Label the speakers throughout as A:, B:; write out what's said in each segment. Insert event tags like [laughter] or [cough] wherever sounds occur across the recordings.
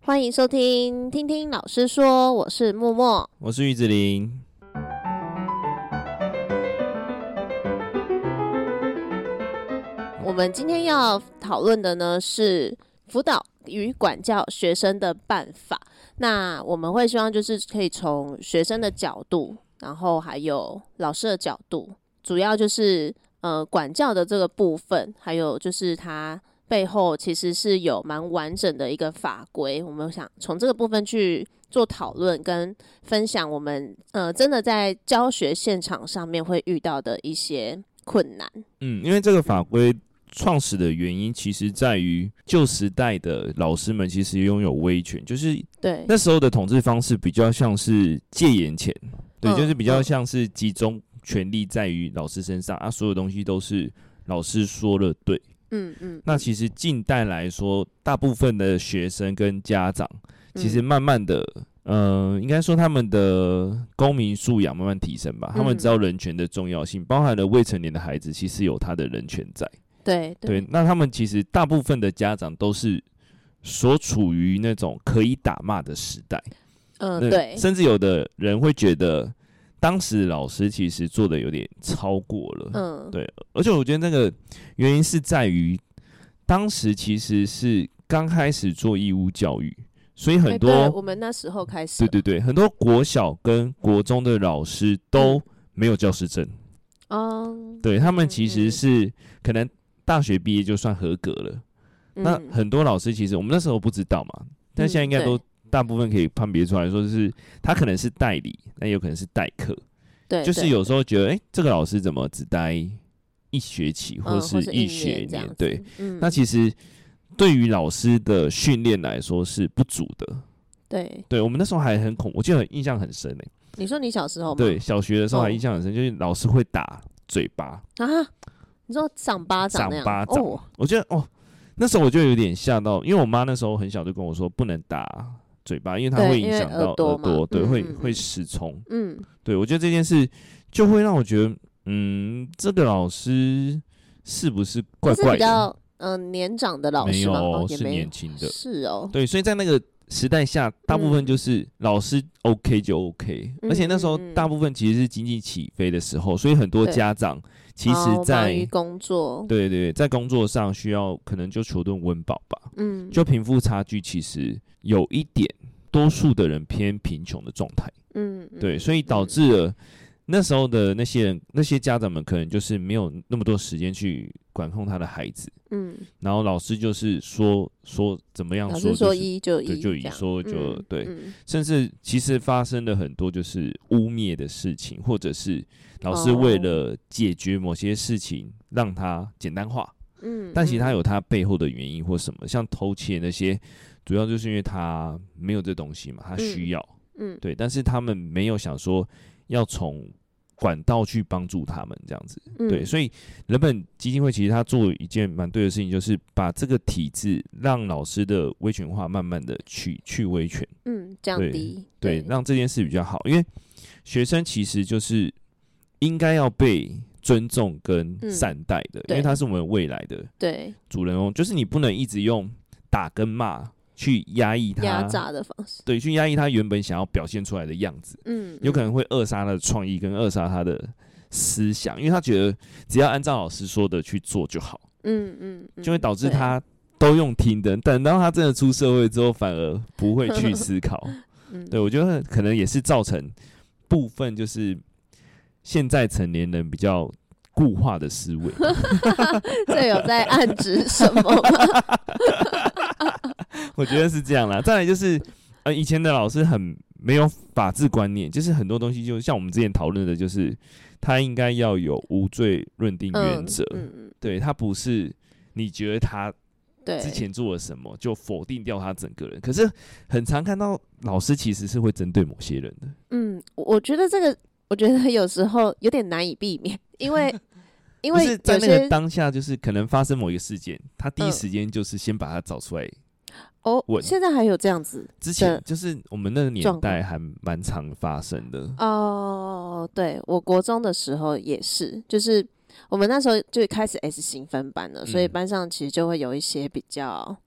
A: 欢迎收听《听听老师说》，我是默默。
B: 我是玉子林。
A: 我们今天要讨论的呢是辅导与管教学生的办法。那我们会希望就是可以从学生的角度，然后还有老师的角度，主要就是呃管教的这个部分，还有就是他背后其实是有蛮完整的一个法规。我们想从这个部分去做讨论跟分享，我们呃真的在教学现场上面会遇到的一些困难。
B: 嗯，因为这个法规创始的原因，其实在于旧时代的老师们其实拥有威权，就是
A: 对，
B: 那时候的统治方式比较像是戒严前，对，
A: 嗯
B: 就是比较
A: 嗯
B: 像是集中权力在于老师身上啊，所有东西都是老师说了对。
A: 嗯嗯，
B: 那其实近代来说，大部分的学生跟家长，其实
A: 嗯
B: 慢慢的，呃，应该说他们的公民素养慢慢提升吧。他
A: 嗯
B: 们知道人权的重要性，包含了未成年的孩子，其实有他的人权在。
A: 对
B: 对，那他们其实大部分的家长都是所处于那种可以打骂的时代。
A: 嗯
B: 那
A: 对，
B: 甚至有的人会觉得，当时老师其实做的有点超过了。
A: 嗯
B: 对而且我觉得那个原因是在于，当时其实是刚开始做义务教育，所以很
A: 哎
B: 多、
A: 对我们那时候开始
B: 对对对，很多国小跟国中的老师都
A: 嗯
B: 没有教师证，
A: 嗯，
B: 对他们
A: 嗯
B: 其
A: 嗯
B: 实是可能大学毕业就算合格了。那
A: 嗯
B: 很多老师其实我们那时候不知道嘛，但现在应该
A: 嗯
B: 都大部分可以判别出来，说是他可能是代理，那有可能是代课，
A: 对
B: 就是
A: 对
B: 有时候觉得，哎、这个老师怎么只待一学期
A: 嗯
B: 是
A: 是
B: 一
A: 一
B: 学
A: 这样子
B: 对，，
A: 嗯
B: 那其实对于老师的训练来说是不足的。
A: 对，
B: 对我们那时候还很恐，我记得印象很深欸诶、
A: 你说你小时候吗？
B: 对，小学的时候还
A: 哦
B: 印象很深，就是老师会打嘴巴，
A: 啊，你说长巴掌
B: 掌
A: 那样
B: 巴掌
A: 哦，
B: 我觉得哦，那时候我就有点吓到，因为我妈那时候很小就跟我说不能打嘴巴，因为它
A: 对
B: 会
A: 因
B: 影
A: 为
B: 响
A: 耳
B: 到耳
A: 朵
B: 朵，
A: 嘛
B: 对，
A: 嗯
B: 会
A: 嗯
B: 会
A: 嗯
B: 失聪。
A: 嗯
B: 对我觉得这件事就会让我觉得，嗯，这个老师是不是怪
A: 他是
B: 怪
A: 比
B: 的？
A: 较嗯年长的老
B: 没
A: 师
B: 有
A: 吗？
B: 哦
A: 哦，也
B: 是
A: 没有
B: 年，轻的。
A: 是哦，
B: 对，所以在那个时代下，大部分
A: 嗯
B: 就是老师 OK 就 OK，、
A: 嗯
B: 而且那时候
A: 嗯嗯
B: 大部分其实是经济起飞的时候，所以很多
A: 对
B: 家长其实
A: 哦忙
B: 在
A: 于工作，
B: 对对对，在工作上需要可能就求顿温饱吧，
A: 嗯，
B: 就贫富差距其实有一点，多数的人偏贫穷的状态，
A: 嗯
B: 对，所以导致了那时候的那些人那些家长们可能就是没有那么多时间去管控他的孩子，
A: 嗯，
B: 然后老师就是说说怎么样
A: 老
B: 说、
A: 师
B: 就是，
A: 说一就
B: 对
A: 一，
B: 就一
A: 这样
B: 说就
A: 嗯
B: 对
A: 嗯
B: 甚至其实发生了很多就是污蔑的事情，或者是老师为
A: 哦
B: 了解决某些事情让它简单化。
A: 嗯，
B: 但其实
A: 嗯
B: 他有他背后的原因或什么，像偷窃那些，主要就是因为他没有这东西嘛，他需要、
A: 嗯
B: 对，但是他们没有想说要从管道去帮助他们这样子，
A: 嗯
B: 对，所以人本基金会其实他做一件蛮对的事情，就是把这个体制让老师的威权化慢慢的去去威权，
A: 嗯降
B: 对
A: 低
B: 对，让这件事比较好，因为学生其实就是应该要被尊重跟
A: 嗯
B: 善待的，因
A: 对
B: 为他是我们未来的。
A: 对
B: 主人翁，就是你不能一直用打跟骂去压抑他，
A: 压榨的方式，
B: 对，去压抑他原本想要表现出来的样子，
A: 嗯，
B: 有可能会扼杀他的创意跟扼杀他的思想，因为他觉得只要按照老师说的去做就好，
A: 嗯嗯嗯，
B: 就会导致
A: 对
B: 他都用听的，等到他真的出社会之后，反而不会去思考。
A: [laughs] 嗯
B: 对我觉得可能也是造成部分就是现在成年人比较固化的思维吧。
A: 这有在暗指什么
B: [laughs]
A: 吗？
B: 我觉得是这样啦。再来就是，呃，以前的老师很没有法治观念，就是很多东西就像我们之前讨论的，就是他应该要有无罪论定原则，
A: 嗯嗯，
B: 对他不是你觉得他
A: 对，
B: 之前做了什么就否定掉他整个人。可是很常看到老师其实是会针对某些人的，
A: 嗯，我我觉得这个，我觉得有时候有点难以避免，因
B: [laughs]
A: 为因
B: 就
A: 为
B: 是在
A: 有
B: 那个
A: 些
B: 当下，就是可能发生某一个事件，他第一
A: 嗯
B: 时间就是先把他找出来。
A: 哦，
B: 问
A: 现在还有这样子
B: 之前
A: 的
B: 就是我们那个
A: 状
B: 年
A: 况
B: 代还蛮常发生的，
A: 哦，对我国中的时候也是，就是我们那时候就开始 S 型分班了，所以
B: 嗯
A: 班上其实就会有一些比较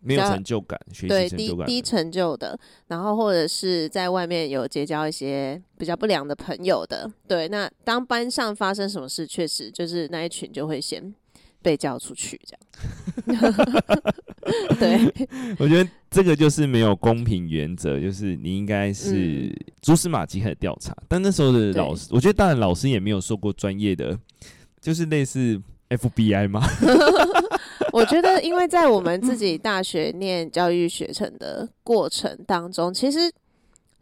B: 没有成就感，学习
A: 对
B: 成就
A: 低
B: 感
A: 低
B: 的
A: 成就的，然后或者是在外面有结交一些比较不良的朋友的，对。那当班上发生什么事，确实就是那一群就会先被叫出去，这样。 [laughs] 对，
B: [laughs] 我觉得这个就是没有公平原则，就是你应该是蛛丝马迹开始调查。但那时候
A: 对
B: 的老师，我觉得当然老师也没有受过专业的，就是类似 FBI 嘛，
A: [laughs] 我觉得因为在我们自己大学念教育学程的过程当中，其实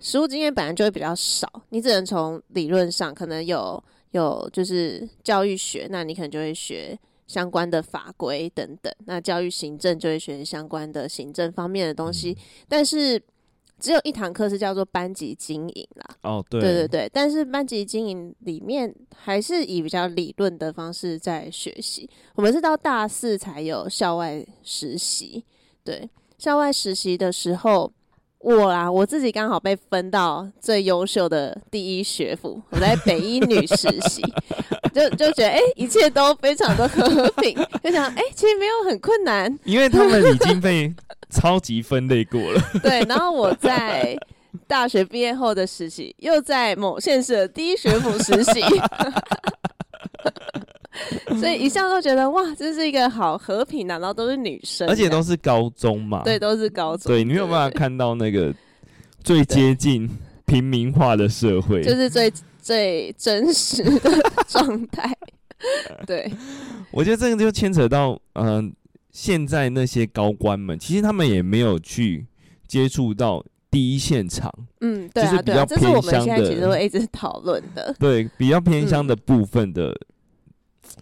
A: 实务经验本来就会比较少，你只能从理论上可能有有就是教育学，那你可能就会学相关的法规等等，那教育行政就会学相关的行政方面的东西，但是只有一堂课是叫做班级经营啦，
B: 哦，对
A: 对对对，但是班级经营里面还是以比较理论的方式在学习。我们是到大四才有校外实习，对，校外实习的时候，我啦我自己刚好被分到最优秀的第一学府，我在北一女实习， [laughs] 就就觉得哎、诶一切都非常的和平， [laughs] 就想哎、诶其实没有很困难，
B: 因为他们已经被超级分类过了，
A: [laughs] 对，然后我在大学毕业后的实习，又在某县市的第一学府实习， [laughs] 所以一向都觉得哇，这是一个好和平啊，然后都是女生，
B: 而且都是高中嘛，
A: 对，都是高中，
B: 对，你没有办法看到那个最接近平民化的社会，
A: 就是最最真实的状态。对，
B: 我觉得这个就牵扯到，嗯、现在那些高官们，其实他们也没有去接触到第一现场，
A: 嗯，对
B: 就是
A: 啊，
B: 比
A: 对啊，
B: 较
A: 这是我
B: 偏
A: 们
B: 乡
A: 现在其
B: 的
A: 实会一直讨论的。
B: 对比较偏乡的部分的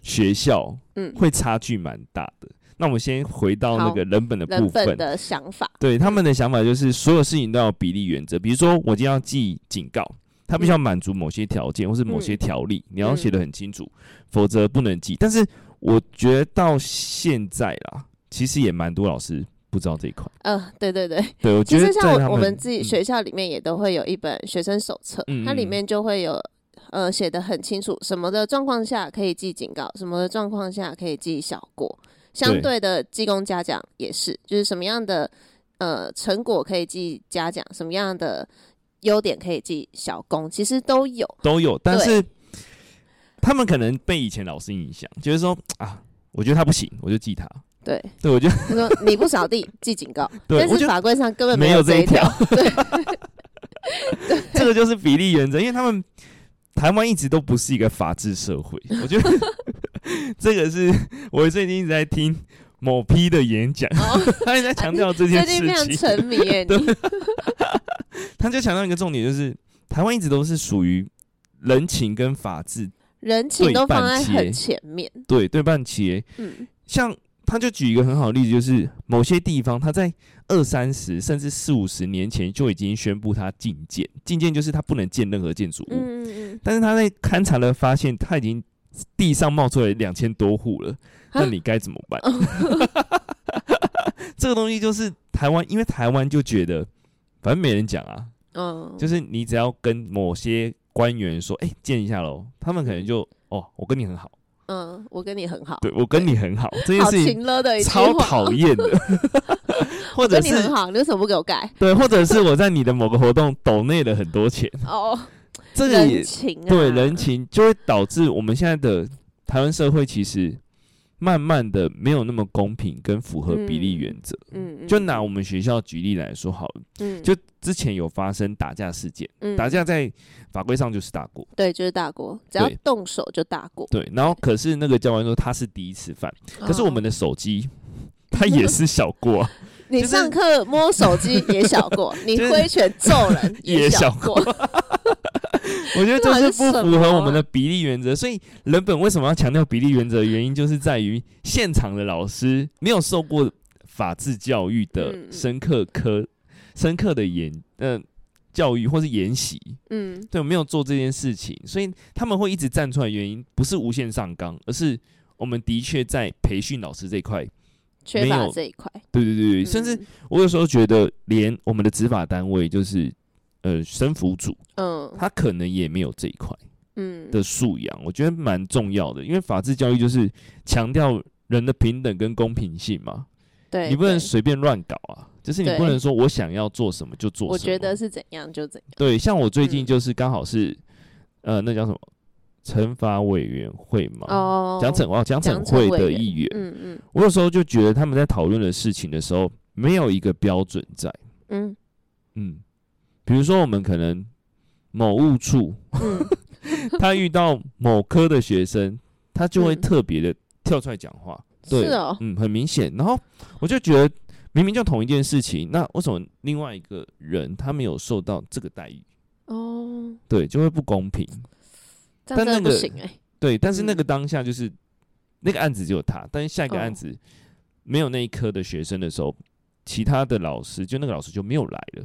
B: 学校，
A: 嗯
B: 会差距蛮大的。那我们先回到那
A: 好
B: 个人本的部
A: 人
B: 分，
A: 本的想法，
B: 对他们的想法就是所有事情都要有比例原则，比如说我今天要记警告，他必须要满足某些条件或是某些
A: 嗯
B: 条例，你要写的很清楚，否则不能记。但是我觉得到现在啦，其实也蛮多老师不知道这一块。
A: 嗯、对对对，
B: 对，我
A: 其
B: 觉得
A: 实
B: 在
A: 像
B: 他
A: 我我们自己
B: 嗯
A: 学校里面也都会有一本学生手册，
B: 嗯
A: 它里
B: 嗯
A: 面就会有呃写的很清楚，什么的状况下可以记警告，什么的状况下可以记小过。相
B: 对
A: 对的，记功嘉奖也是，就是什么样的呃成果可以记嘉奖，什么样的优点可以记小功，其实都有。
B: 都有，但
A: 对
B: 是他们可能被以前老师影响，就是说啊，我觉得他不行，我就记他。
A: 对，
B: 对，我觉得
A: 他说你不扫地记警告，
B: [laughs] 对
A: 但
B: 我觉
A: 是
B: 得
A: 法规上根本
B: 没
A: 呃
B: 有
A: 有
B: 这
A: 这
B: 一条
A: 条。 [laughs]
B: [laughs] 这个就是比例原则，因为他们台湾一直都不是一个法治社会。我觉
A: [laughs]
B: 得这个是我最近一直在听某 P 的演讲， [laughs]
A: 哦，
B: 他一直在强调
A: 最
B: 这件
A: 近非常
B: 事情，
A: 沉迷
B: [laughs]
A: 耶，你
B: 他就强调一个重点，就是台湾一直都是属于人情跟法治
A: 人情
B: 对
A: 都放
B: 半
A: 在
B: 切
A: 很前面。
B: 对对半切。
A: 嗯，
B: 像他就举一个很好的例子，就是某些地方他在二三十甚至四五十年前就已经宣布他禁建，禁建就是他不能建任何建筑物，
A: 嗯嗯
B: 但是他在勘察了发现他已经地上冒出来两千多户了，那
A: 啊哦
B: 你该怎么办？ [laughs] 这个东西就是台湾，因为台湾就觉得反正没人讲啊，
A: 嗯，嗯，
B: 就是你只要跟某些官员说，哎、建一下喽，他们可能就哦，我跟你很好，
A: 嗯，我跟你很好，
B: 对我跟你很好，这件
A: 好
B: 事情
A: 情勒的一句
B: 超
A: 话，
B: 讨厌的，
A: [laughs]
B: 或
A: 我
B: 者
A: 跟你很
B: 是
A: 好，你为什么不给我
B: [laughs]
A: 改？
B: 对，或者是我在你的某个活动抖内了很多钱，
A: 哦，
B: 这个也
A: 人情啊，
B: 对人情就会导致我们现在的台湾社会其实慢慢的没有那么公平跟符合比例原则。
A: 嗯，嗯，
B: 就拿我们学校举例来说好了，
A: 嗯
B: 就之前有发生打架事件，
A: 嗯
B: 打架在法规上就是打过，
A: 对，就是大锅，只要
B: 对
A: 动手就大锅。
B: 对，然后可是那个教官说他是第一次犯，可是我们
A: 的，
B: 的手机它也是小过啊，
A: 哦你
B: 就是
A: 上课摸手机也小过，
B: [laughs]
A: 你
B: 就是
A: 挥拳揍人
B: 也小
A: 小过，
B: 我觉得这
A: 到底是
B: 是不
A: 什
B: 符合
A: 么
B: 我们
A: 啊
B: 的比例原则，所以人本为什么要强调比例原则的原因，就是在于现场的老师没有受过法治教育的
A: 嗯
B: 深刻科、深刻的研呃教育或是研习，
A: [laughs] 嗯，
B: 对，没有做这件事情，所以他们会一直站出来，原因不是无限上纲，而是我们的确在培训老师这一块，
A: 缺
B: 没
A: 乏
B: 有
A: 这一块，
B: 对对对对，
A: 嗯
B: 甚至我有时候觉得连我们的执法单位就是呃生辅组，
A: 嗯，嗯
B: 他可能也没有这一块。
A: 嗯
B: 的素养，我觉得蛮重要的，因为法治教育就是强调人的平等跟公平性嘛。
A: 对，
B: 你不能
A: 对
B: 随便乱搞啊，就是你
A: 对
B: 不能说我想要做什么就做什么。
A: 我觉得是怎样就怎样。
B: 对，像我最
A: 嗯
B: 近就是刚好是，呃，那叫什么惩罚委员会嘛，
A: 哦，
B: 讲惩哦讲
A: 奖
B: 惩
A: 惩
B: 会
A: 委
B: 的
A: 员
B: 议员，
A: 嗯嗯
B: 我有时候就觉得他们在讨论的事情的时候，没有一个标准在。
A: 嗯
B: 嗯，比如说我们可能某务处，
A: 嗯， [laughs]
B: 他遇到某科的学生，他就会
A: 嗯
B: 特别的跳出来讲话。 [laughs] 对，
A: 是哦，
B: 嗯，很明显。然后我就觉得，明明就同一件事情，那为什么另外一个人他没有受到这个待遇？
A: 哦，
B: 对，就会不公平。
A: 这
B: 但
A: 样真的不
B: 那个
A: 行哎。
B: 对，但是那
A: 嗯
B: 个当下就是、那个案子只有他，但是下一个
A: 哦
B: 案子没有那一科的学生的时候，其他的老师就那个老师就没有来了。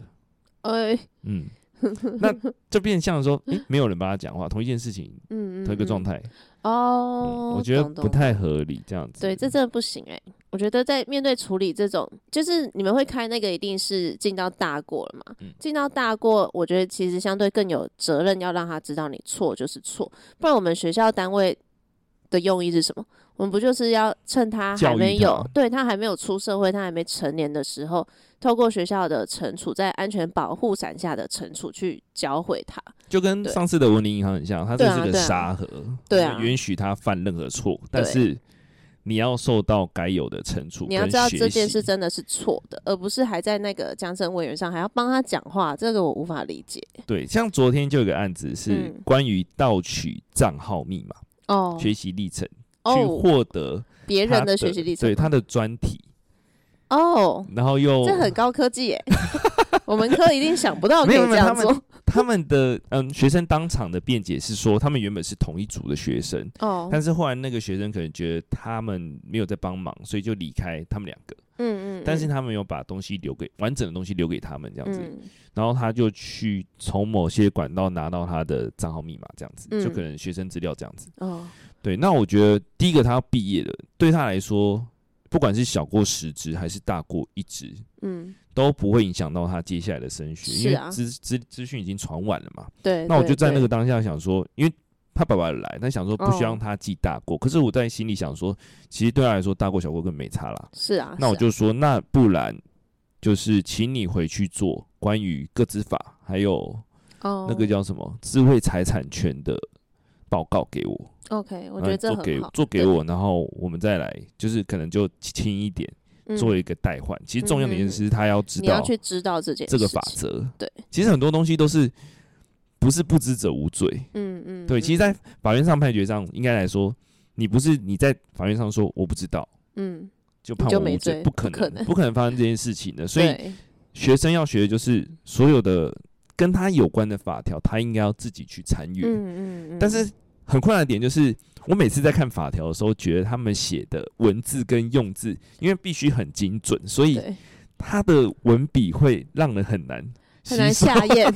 A: 哎， [laughs]
B: 嗯，那就变相说，诶、没有人帮他讲话，同一件事情，
A: 嗯嗯，
B: 同一个状
A: 嗯
B: 态、嗯
A: 哦，
B: 我觉得
A: 懂
B: 不
A: 懂
B: 太合理，这样子。
A: 对，这真的不行哎、我觉得在面对处理这种，就是你们会开那个，一定是进到大过了嘛
B: 嗯。
A: 进、到大过，我觉得其实相对更有责任，要让他知道你错就是错，不然我们学校单位的用意是什么？我们不就是要趁他还
B: 教育
A: 没有
B: 他
A: 对他还没有出社会，他还没成年的时候，透过学校的惩处，在安全保护伞下的惩处去教会他。
B: 就跟
A: 对
B: 上次的文林银行很像，它
A: 对
B: 这
A: 啊
B: 是个
A: 对啊
B: 沙盒，
A: 对啊
B: 我们允许他犯任何错，但是你要受到该有的惩处
A: 你要
B: 跟
A: 知道
B: 学
A: 这件
B: 习
A: 事真的是错的，而不是还在那个奖惩委员上还要帮他讲话，这个我无法理解。
B: 对，像昨天就有个案子是
A: 嗯
B: 关于盗取账号密码、
A: 哦
B: 学习历程，去
A: 哦，
B: 获得
A: 别
B: 他
A: 人的学习历程
B: 对
A: 吗，
B: 他的专题，
A: 哦，
B: 然后又
A: 这很高科技
B: [laughs]
A: 耶，我们科一定想不到可
B: 没
A: 以
B: 有
A: 这
B: 没有
A: 样
B: 他
A: 做
B: 他们的嗯学生当场的辩解是说，他们原本是同一组的学生，
A: 哦，
B: 但是后来那个学生可能觉得他们没有在帮忙，所以就离开他们两个。
A: 嗯嗯，
B: 但是
A: 嗯
B: 他们有把东西留给完整的东西留给他们这样子，
A: 嗯
B: 然后他就去从某些管道拿到他的账号密码这样子，
A: 嗯
B: 就可能学生资料这样子。
A: 哦，
B: 对，那我觉得第一个他要毕业了，对他来说，不管是小过十职还是大过一职，
A: 嗯，
B: 都不会影响到他接下来的升学，因
A: 是啊
B: 为资资资讯已经传完了嘛。
A: 对，
B: 那我
A: 对
B: 就在那
A: 对
B: 个当下想说，因为。他爸爸有来，但想说不需要
A: 哦
B: 让他记大过。可是我在心里想说，其实对他来说大过小过根本没差啦。
A: 是啊，
B: 那我
A: 是啊
B: 就说，那不然就是请你回去做关于个资法还有
A: 哦
B: 那个叫什么智慧财产权的报告给我，
A: OK，我
B: 我
A: 觉得这
B: 呃
A: 很
B: 做给
A: 好，
B: 做给
A: 对，
B: 我，然后我们再来，就是可能就轻一点
A: 嗯
B: 做一个代换。其实重要的一件事是他要知
A: 你要
B: 道
A: 去知道这件
B: 这个
A: 事
B: 法
A: 情，
B: 则。
A: 对，
B: 其实很多东西都是不是不知者无罪。
A: 嗯嗯，
B: 对，其实，
A: 嗯
B: 在法院上判决上，应该来说，你不是你在法院上说我不知道。
A: 嗯，
B: 就判
A: 就
B: 我
A: 没
B: 无罪，
A: 罪
B: 不
A: 不
B: 可
A: 可
B: 能，
A: 能
B: 不可能发生这件事情
A: [laughs]
B: 的。所以
A: 对
B: 学生要学的就是所有的跟他有关的法条，他应该要自己去参与。
A: 嗯嗯嗯，
B: 但是很困难的点就是，我每次在看法条的时候，觉得他们写的文字跟用字，因为必须很精准，所以
A: 对
B: 他的文笔会让人很难
A: 很
B: 吸
A: 难
B: 收。
A: 下
B: [laughs]
A: 咽，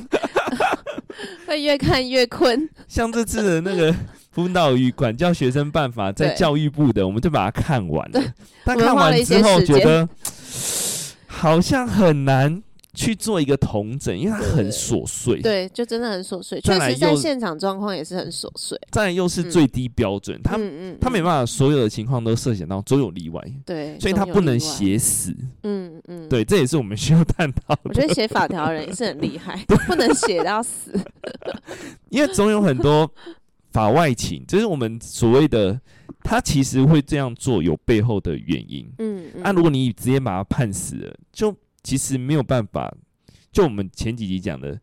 A: [laughs] 会越看越困，
B: 像这次的
A: [laughs]
B: 那个辅导与管教学生办法，在
A: 对
B: 教育部的，我们就把它看完了。但
A: 我们
B: 看
A: 花了
B: 完
A: 一
B: 之
A: 些
B: 后，
A: 时
B: 觉
A: 间
B: 得好像很难去做一个同整，因为它
A: 对
B: 很琐碎。
A: 对，就真的很琐碎，确
B: 再来
A: 实在
B: 又
A: 现场状况也是很琐碎，
B: 再来又是
A: 嗯
B: 最低标准，他
A: 嗯嗯，
B: 他
A: 嗯
B: 没办法所有的情况都涉嫌到总有例外，
A: 对，
B: 所
A: 总
B: 以他
A: 有
B: 不
A: 例
B: 能
A: 外。
B: 写死。
A: 嗯嗯，。
B: 对，这也是我们需要探讨
A: 我
B: 的
A: 觉，得写法条的人也是很厉
B: [laughs]
A: 害，不能写到死。
B: 因为总有很
A: [laughs]
B: 多法外情，就是我们所谓的他其实会这样做有背后的原因。
A: 嗯，
B: [laughs] 那、啊如果你直接把他判死了，就其实没有办法。就我们前几集讲的，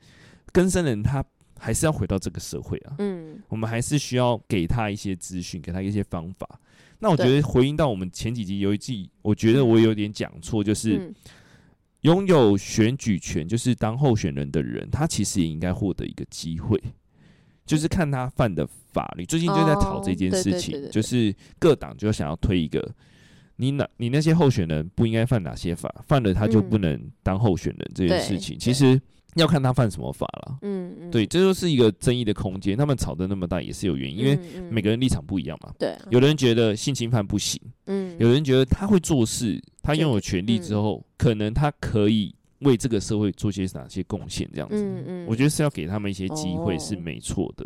B: 根生人他还是要回到这个社会啊，
A: 嗯
B: 我们还是需要给他一些资讯，给他一些方法。那我觉
A: 对
B: 得回应到我们前几集有一季，我觉得我有点讲错，就是
A: 嗯
B: 拥有选举权，就是当候选人的人，他其实也应该获得一个机会，就是看他犯的法律。最近就在
A: 嗯
B: 讨
A: 哦
B: 这件
A: 对
B: 事
A: 对对
B: 情，
A: 对
B: 就是各党就想要推一个，你哪你那些候选人不应该犯哪些法，犯了他就
A: 嗯
B: 不能当候选人这件事
A: 对
B: 情，
A: 对
B: 其实要看他犯什么法了。
A: 嗯嗯，
B: 对，这就是一个争议的空间。他们吵得那么大也是有原因，因为
A: 为
B: 每个人立场不一样嘛。
A: 嗯对啊
B: 有的人觉得性侵犯不行，
A: 嗯
B: 有的人觉得他会做事，他拥有权利之后，可能他可以为这个社会做些哪些贡献，这样子。
A: 嗯嗯，
B: 我觉得是要给他们一些机会
A: 哦
B: 是没错的。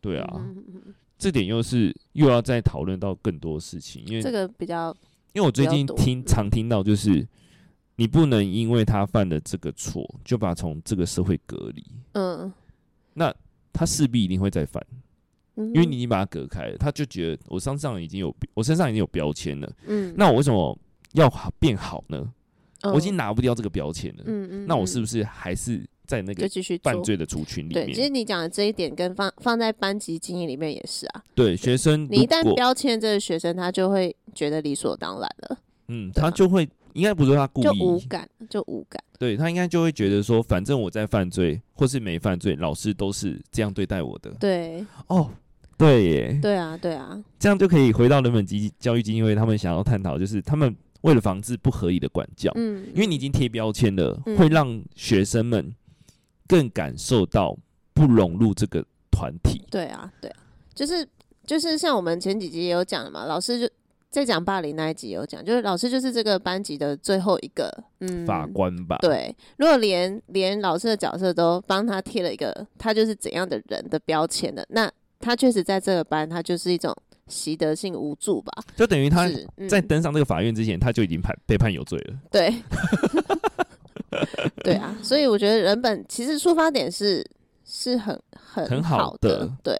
B: 对
A: 对
B: 啊，
A: 嗯嗯嗯
B: 这点又是又要再讨论到更多事情，因
A: 这
B: 为
A: 个比较
B: 因为我最
A: 不要
B: 近
A: 赌
B: 听常听到就是，你不能因为他犯了这个错，就把他从这个社会隔离，
A: 嗯，
B: 他势必一定会再犯，
A: 因
B: 因为你已经把他隔开了，他就觉得我身上已经有我身上已经有标签了，
A: 嗯，
B: 那我为什么要好变好呢？
A: 嗯
B: 我已经拿不掉这个标签了，
A: 嗯嗯，
B: 那我
A: 嗯
B: 是不是还是在那
A: 就
B: 个
A: 继续
B: 犯
A: 做。
B: 罪的族群里
A: 对，其实
B: 面？
A: 你讲的这一点跟放放在班级经营里面也是啊，
B: 对学生，
A: 你一
B: 如
A: 旦
B: 果
A: 标签这个学生，他就会觉得理所当然了，
B: 嗯，他就会应该不是说他故
A: 就无
B: 意，
A: 感，就无感。
B: 对他应该就会觉得说，反正我在犯罪或是没犯罪，老师都是这样对待我的。
A: 对，
B: 哦，对耶，
A: 对啊，对啊，
B: 这样就可以回到人本基教育基金会他们想要探讨，就是他们为了防治不合理的管教，
A: 嗯，
B: 因为你已经贴标签了，
A: 嗯
B: 会让学生们更感受到不融入这个团体。
A: 对啊，对啊，就是就是像我们前几集也有讲的嘛，老师就在讲霸凌那一集也有讲，就是老师就是这个班级的最后一个嗯
B: 法官吧，，
A: 对，如果连连老师的角色都帮他贴了一个他就是怎样的人的标签的，那他确实在这个班，他就是一种习得性无助吧？
B: 就等于他
A: 是、嗯、
B: 在登上这个法院之前，他就已经判被判有罪了。
A: 对 [laughs] 对啊，所以我觉得人本其实出发点是是很很
B: 很好
A: 好
B: 的
A: 对，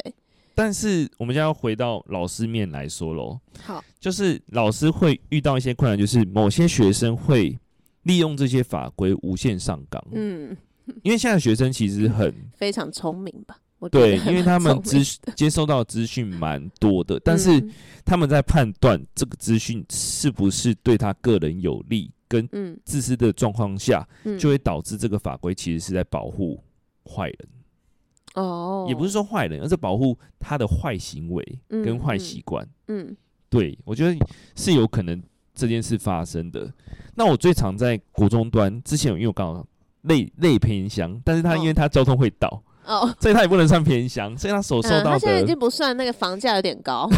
B: 但是我们现在要回到老师面来说喽，
A: 好，
B: 就是老师会遇到一些困难，就是某些学生会利用这些法规无限上纲，
A: 嗯，
B: 因为现在学生其实很
A: 非常聪明吧？我觉
B: 对，
A: 得
B: 因为他
A: [laughs]
B: 们
A: 聪
B: 资
A: 明
B: 接收到的资讯蛮多的，但是
A: 嗯
B: 他们在判断这个资讯是不是对他个人有利，跟
A: 嗯
B: 自私的状况下，
A: 嗯，
B: 就会导致这个法规其实是在保护坏人，
A: 哦，
B: 也不是说坏人，而是保护他的坏行为
A: 嗯
B: 跟坏习惯。
A: 嗯
B: 对，我觉得是有可能这件事发生的。那我最常在国中端之前，因为我刚好类类偏乡，但是他
A: 哦
B: 因为他交通会倒，
A: 哦，
B: 所以他也不能算偏乡，所以他所受
A: 嗯，
B: 到
A: 他现在
B: 的，
A: 已经不算那个房价有点高，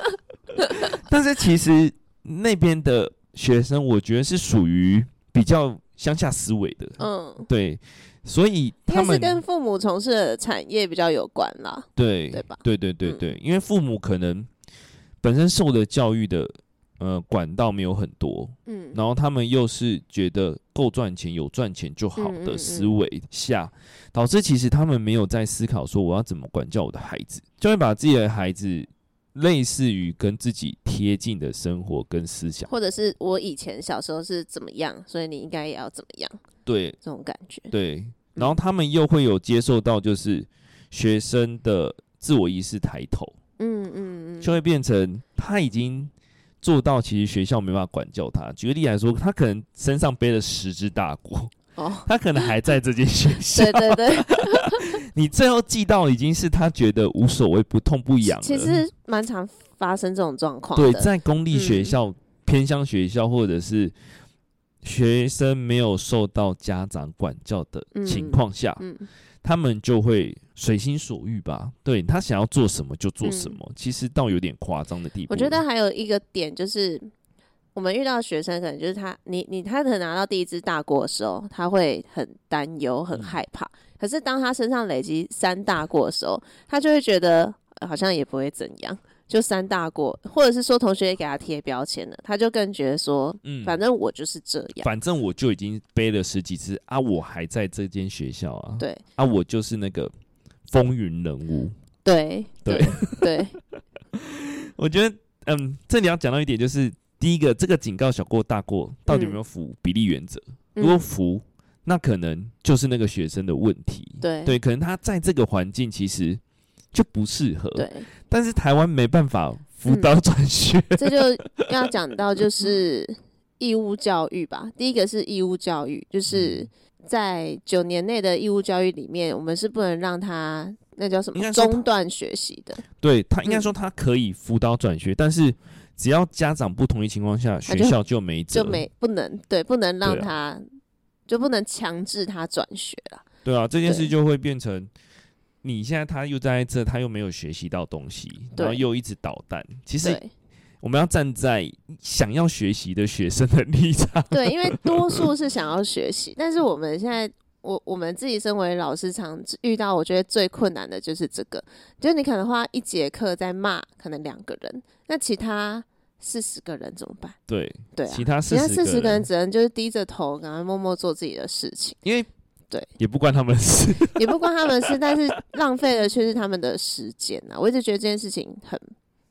B: [laughs] 但是其实那边的学生，我觉得是属于比较乡下思维的，
A: 嗯。
B: 对，所以
A: 应
B: 他
A: 该是
B: 们
A: 跟父母从事的产业比较有关啦，
B: 对
A: 对吧
B: 对对对
A: 嗯
B: 对，因为父母可能本身受的教育的呃管道没有很多，
A: 嗯，
B: 然后他们又是觉得够赚钱有赚钱就好
A: 嗯嗯
B: 的
A: 嗯
B: 思维下，导致其实他们没有在思考说我要怎么管教我的孩子，就会把自己的孩子类似于跟自己贴近的生活跟思想，
A: 或者是我以前小时候是怎么样，所以你应该也要怎么样，
B: 对
A: 这种感觉，
B: 对，然后他们又会有接受到就是学生的自我意识抬头，
A: 嗯嗯嗯，
B: 就会变成他已经做到，其实学校没办法管教他。举个例来说，他可能身上背了十只大锅，
A: 哦，
B: 他可能还在这间学校
A: 对。对对，
B: 你最后记到已经是他觉得无所谓、不痛不痒
A: [laughs]
B: 了。
A: 其实蛮常发生这种状况
B: 对，
A: 的，
B: 在公立学
A: 嗯
B: 校、偏乡学校或者是学生没有受到家长管教的情
A: 嗯
B: 况下，
A: 嗯
B: 他们就会随心所欲吧。对他想要做什么就做什
A: 嗯
B: 么，其实到有点夸张的地步
A: 我
B: 了。
A: 觉得还有一个点就是，我们遇到学生可能就是他，你你他可能拿到第一只大锅的时候，他会很担忧、很
B: 嗯
A: 害怕。可是当他身上累积三大锅的时候，他就会觉得、呃好像也不会怎样，就三大锅，或者是说同学也给他贴标签了，他就更觉得说，
B: 嗯
A: 反正我就是这样。
B: 反正我就已经背了十几次啊，我还在这间学校啊，
A: 对
B: 啊，我就是那个风云人物。
A: 对
B: 对
A: 对，
B: 我觉得，嗯，这里要讲到一点，就是第一个，这个警告小过大过到底有没有符比例原则？如果
A: 嗯
B: 符，那可能就是那个学生的问题。
A: 对
B: [laughs] 对，可能他在这个环境其实就不适合。，
A: 对，嗯
B: 但是台湾没办法辅导转
A: [laughs]
B: 学。
A: 这就要讲到就是义务教育吧。第一个是义务教育，就是
B: 嗯
A: 在九年内的义务教育里面，我们是不能让他那叫什
B: 应
A: 么
B: 该说
A: 中断学习的，
B: 对他应该
A: 嗯
B: 说他可以辅导转学，但是只要家长不同意情况下，学
A: 就
B: 校就没辙。
A: 就没不能对，不能让
B: 对啊
A: 他、就不能强制他转学了。
B: 对啊，这件事
A: 对
B: 就会变成你现在他又在这，他又没有学习到东西，然后
A: 对
B: 又一直捣蛋。其实
A: 对
B: 我们要站在想要学习的学生的立场， [laughs]
A: 对，因为多数是想要学习，但是我们现在。我我们自己身为老师，常遇到我觉得最困难的就是这个，就是你可能花一节课在骂可能两个人，那其他四十个人怎么办？
B: 对
A: 对啊
B: 其，他
A: 其
B: 四
A: 他
B: 十
A: 四十
B: 个
A: 个人，只能就是低着头，赶快默默做自己的事情，
B: 因为
A: 对
B: 也不关他们的事，
A: 也不关他们的事，但是浪费的却是他们的时间啊！我一直觉得这件事情很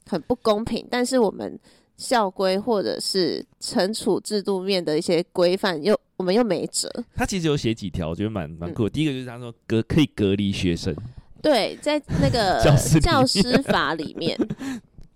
A: 很不公平，但是我们校规或者是惩处制度面的一些规范，又我们又没辙。
B: 他其实有写几条，我觉得蛮蛮酷的。第一个就是他说隔可以隔离学生，
A: 对，在那个
B: [laughs] 教室里面
A: 教师法里
B: [laughs]
A: 面，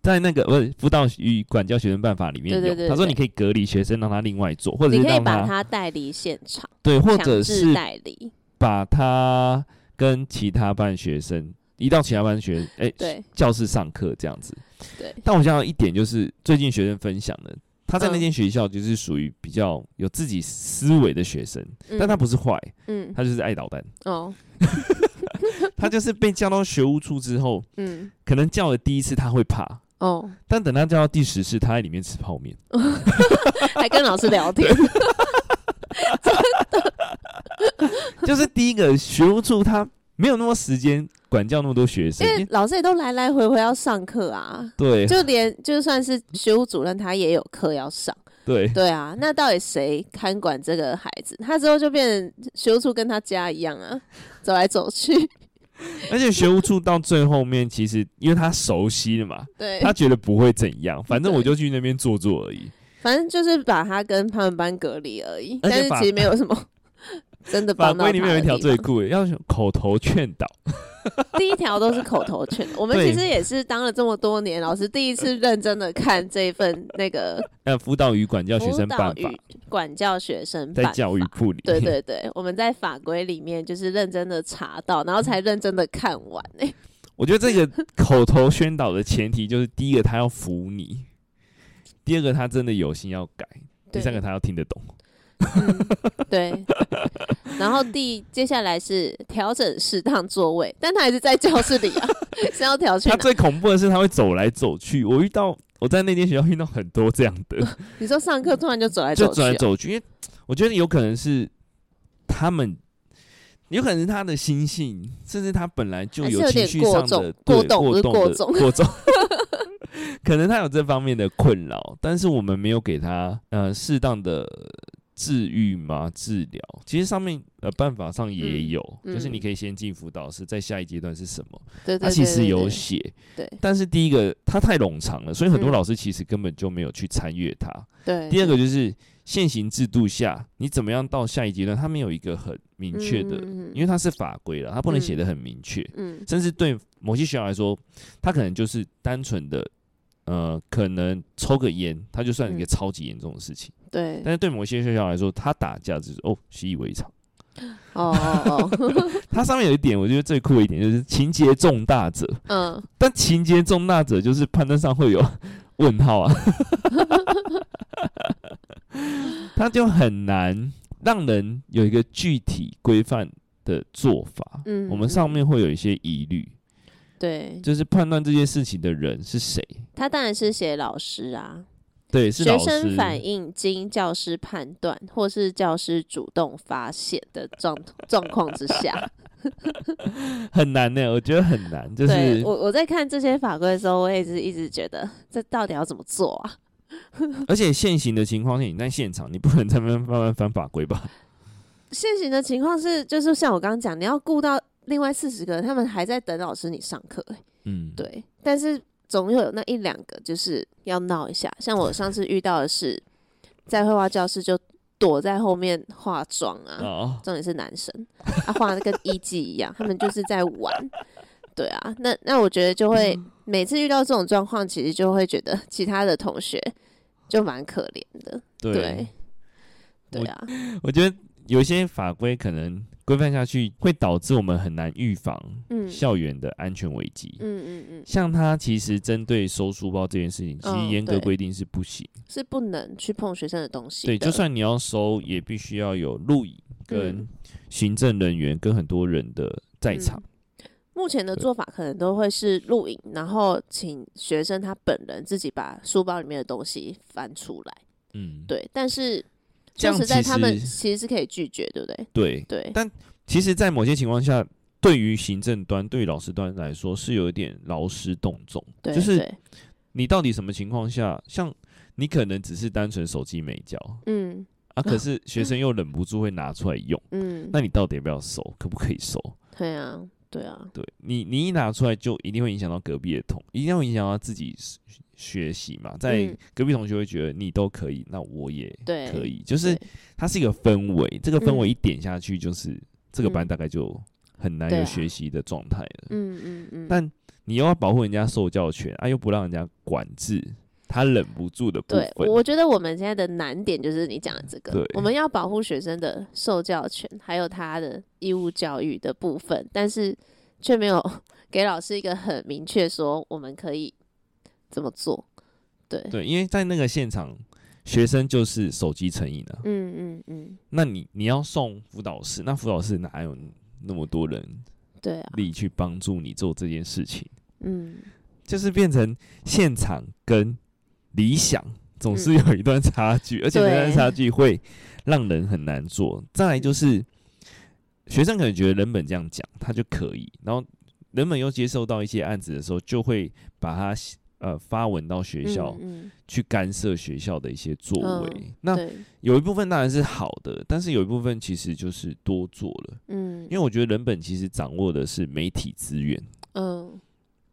B: 在那个不是辅导与管教学生办法里面有，
A: 对对对
B: 他说
A: 对
B: 你可以隔离学生，让他另外做，或者
A: 你
B: 是
A: 可以
B: 让
A: 把他带离现场，
B: 对，或者
A: 强
B: 是
A: 制带离。
B: 把他跟其他班学生移到其他班学哎、
A: 对
B: 教室上课这样子。
A: 对，
B: 但我想到一点就是，最近学生分享的，他在那
A: 嗯
B: 间学校就是属于比较有自己思维的学生，
A: 嗯
B: 但他不是坏，
A: 嗯
B: 他就是爱捣蛋。
A: 哦
B: 他就是被叫到学务处之后，
A: 嗯
B: 可能叫了第一次他会怕， [laughs]
A: 哦，
B: 但等他叫到第十次，他在里面吃泡面。
A: 还跟老师聊天，
B: 就是第一个学务处他没有那么多时间管教那么多学生
A: 因，为老师也都来来回回要上课啊。
B: 对
A: 就连就算是学务主任，他也有课要上。
B: 对，
A: 对啊，那到底谁看管这个孩子？他之后就变成学务处跟他家一样啊，走来走去。
B: 而且学务处到最后面，其实因为他熟悉了嘛，
A: 对，
B: 他觉得不会怎样，反正
A: 对
B: 我就去那边坐坐而已。
A: 反正就是把他跟他们班隔离而已，
B: 而且
A: 但是
B: 法
A: 其实没有什么 [laughs] 真的
B: 法
A: 帮到
B: 规
A: 他
B: 里面有一
A: 的
B: 条
A: 地
B: 最
A: 方
B: 酷的，要口头劝导。
A: 第一条都是口头劝的。我们
B: 对
A: 其实也是当了这么多年老师，第一次认真的看这一份那个
B: 呃，辅导与 [laughs] 管教学
A: 辅
B: 生
A: 导
B: 办法
A: 与管教学生
B: 在
A: 办
B: 教育
A: 法
B: 部里
A: 对
B: 面，
A: 对对，我们在法规里面就是认真的查到，然后才认真的看
B: [laughs]
A: 完、欸。
B: 我觉得这个口头宣导的前提就是，第一个他要服你，第二个他真的有心要改，第
A: 对
B: 三个他要听得懂。
A: 嗯，对。 [laughs] 然后第接下来是调整适当座位，但他还是在教室里啊， [laughs] 是要调去
B: 他
A: 哪？
B: 最恐怖的是他会走来走去，我遇到我在那间学校遇到很多这样
A: [laughs]
B: 的，
A: 你说上课突然就走来
B: 就
A: 走去
B: 走
A: 啊、
B: 来走去，因为我觉得有可能是他们，有可能是他的心性，甚至他本来就
A: 还是有
B: 情
A: 点
B: 绪
A: 过
B: 上的
A: 重
B: 对
A: 过动不
B: 过
A: 是
B: 动
A: 过
B: 的
A: 重 [laughs]
B: 过重，可能他有这方面的困扰，但是我们没有给他呃适当的治愈嘛治疗。其实上面呃办法上也
A: 嗯
B: 有，就是你
A: 嗯
B: 可以先进辅导室，在下一阶段是什么，
A: 对对
B: 它
A: 对
B: 其实
A: 对
B: 有
A: 对
B: 写。
A: 对
B: 但是第一个它太冗长了，所以很多
A: 嗯
B: 老师其实根本就没有去参阅它。
A: 对。
B: 第二个就是现行制度下，你怎么样到下一阶段，他没有一个很明确的，
A: 嗯
B: 因为它是法规了，它不能写
A: 嗯
B: 得很明确，
A: 嗯
B: 甚至对某些学校来说，它可能就是单纯的。呃，可能抽个烟，它就算一个
A: 嗯
B: 超级严重的事情。
A: 对
B: 但是对某些学校来说，他打架就是哦习以为常。
A: 哦哦 [laughs] 哦
B: 它上面有一点，我觉得最酷的一点就是情节重大者，
A: 嗯
B: 但情节重大者就是判断上会有 [laughs] 问号
A: [laughs]
B: 啊，他就很难让人有一个具体规范的做法。
A: 嗯
B: 我们上面会有一些疑虑，
A: 对，
B: 就是判断这件事情的人是谁，
A: 他当然是写老师啊，
B: 对，是
A: 学
B: 老师
A: 生反映经教师判断或是教师主动发现的状状况之下，
B: 很难呢、我觉得很
A: [laughs]
B: 难， [laughs] 就
A: 对
B: 是
A: 我我在看这些法规的时候，我也是一直觉得这到底要怎么做啊？
B: 而且现行的情况下，你在现场，你不可能在慢慢慢慢翻法规吧？
A: 现行的情况是，就是像我刚刚讲，你要顾到另外四十个人，他们还在等老师你上课、欸
B: 嗯，，
A: 对，但是总有那一两个就是要闹一下。像我上次遇到的是，在绘画教室就躲在后面化妆啊，
B: 哦，
A: 重点是男生，啊画的跟艺妓一样，他们就是在玩。对啊，那那我觉得就会每次遇到这种状况，其实就会觉得其他的同学就蛮可怜的。对，对
B: 我
A: 啊，
B: 我觉得有一些法规可能规范下去，会导致我们很难预防
A: 嗯
B: 校园的安全危机。
A: 嗯嗯嗯，
B: 像它其实针对收书包这件事情，其实
A: 嗯
B: 严格
A: 对
B: 规定是不行。
A: 是不能去碰学生的东西的。
B: 对，就算你要收，也必须要有录影跟
A: 嗯
B: 行政人员跟很多人的在场。
A: 目前的
B: 对
A: 做法可能都会是录影，然后请学生他本人自己把书包里面的东西翻出来。
B: 嗯，
A: 对，但是
B: 这
A: 说
B: 样
A: 实在，
B: 其
A: 他们
B: 实
A: 其实是可以拒绝，对不对？
B: 对。
A: 对，
B: 但其实，在某些情况下，对于行政端、对于老师端来说，是有一点劳师动众，
A: 对，
B: 就是
A: 对
B: 你到底什么情况下，像你可能只是单纯手机没交
A: 嗯
B: 啊，可是学生又忍不住会拿出来用，
A: 嗯，
B: 那你到底要不要收？可不可以收？
A: 对啊对啊，
B: 对你，你一拿出来就一定会影响到隔壁的同，一定会影响到自己学学习嘛。在
A: 嗯
B: 隔壁同学会觉得你都可以，那我也
A: 对
B: 可以，就是
A: 对
B: 它是一个氛围，这个氛围
A: 嗯
B: 一点下去，就是、这个班大概就很难
A: 对
B: 有
A: 啊
B: 学习的状态了。
A: 嗯嗯嗯，
B: 但你又要保护人家受教权啊，又不让人家管制他忍不住的部
A: 对，
B: 分。
A: 我觉得我们现在的难点就是你讲的这个
B: 对，
A: 我们要保护学生的受教权，还有他的义务教育的部分，但是却没有 [laughs] 给老师一个很明确说我们可以怎么做。对，
B: 对，因为在那个现场，学生就是手机成瘾啊。
A: 嗯嗯嗯，
B: 那你你要送辅导室，那辅导室哪有那么多人
A: 对啊，
B: 力去帮助你做这件事情，
A: 嗯，
B: 就是变成现场跟理想总是有一段差距，而且
A: 对
B: 那段差距会让人很难做。再来就是学生可能觉得人本这样讲他就可以，然后人本又接受到一些案子的时候，就会把它呃发文到学校、
A: 嗯，
B: 去干涉学校的一些作为。
A: 嗯
B: 那
A: 对，
B: 有一部分当然是好的，但是有一部分其实就是多做了，
A: 嗯，
B: 因为我觉得人本其实掌握的是媒体资源。
A: 嗯，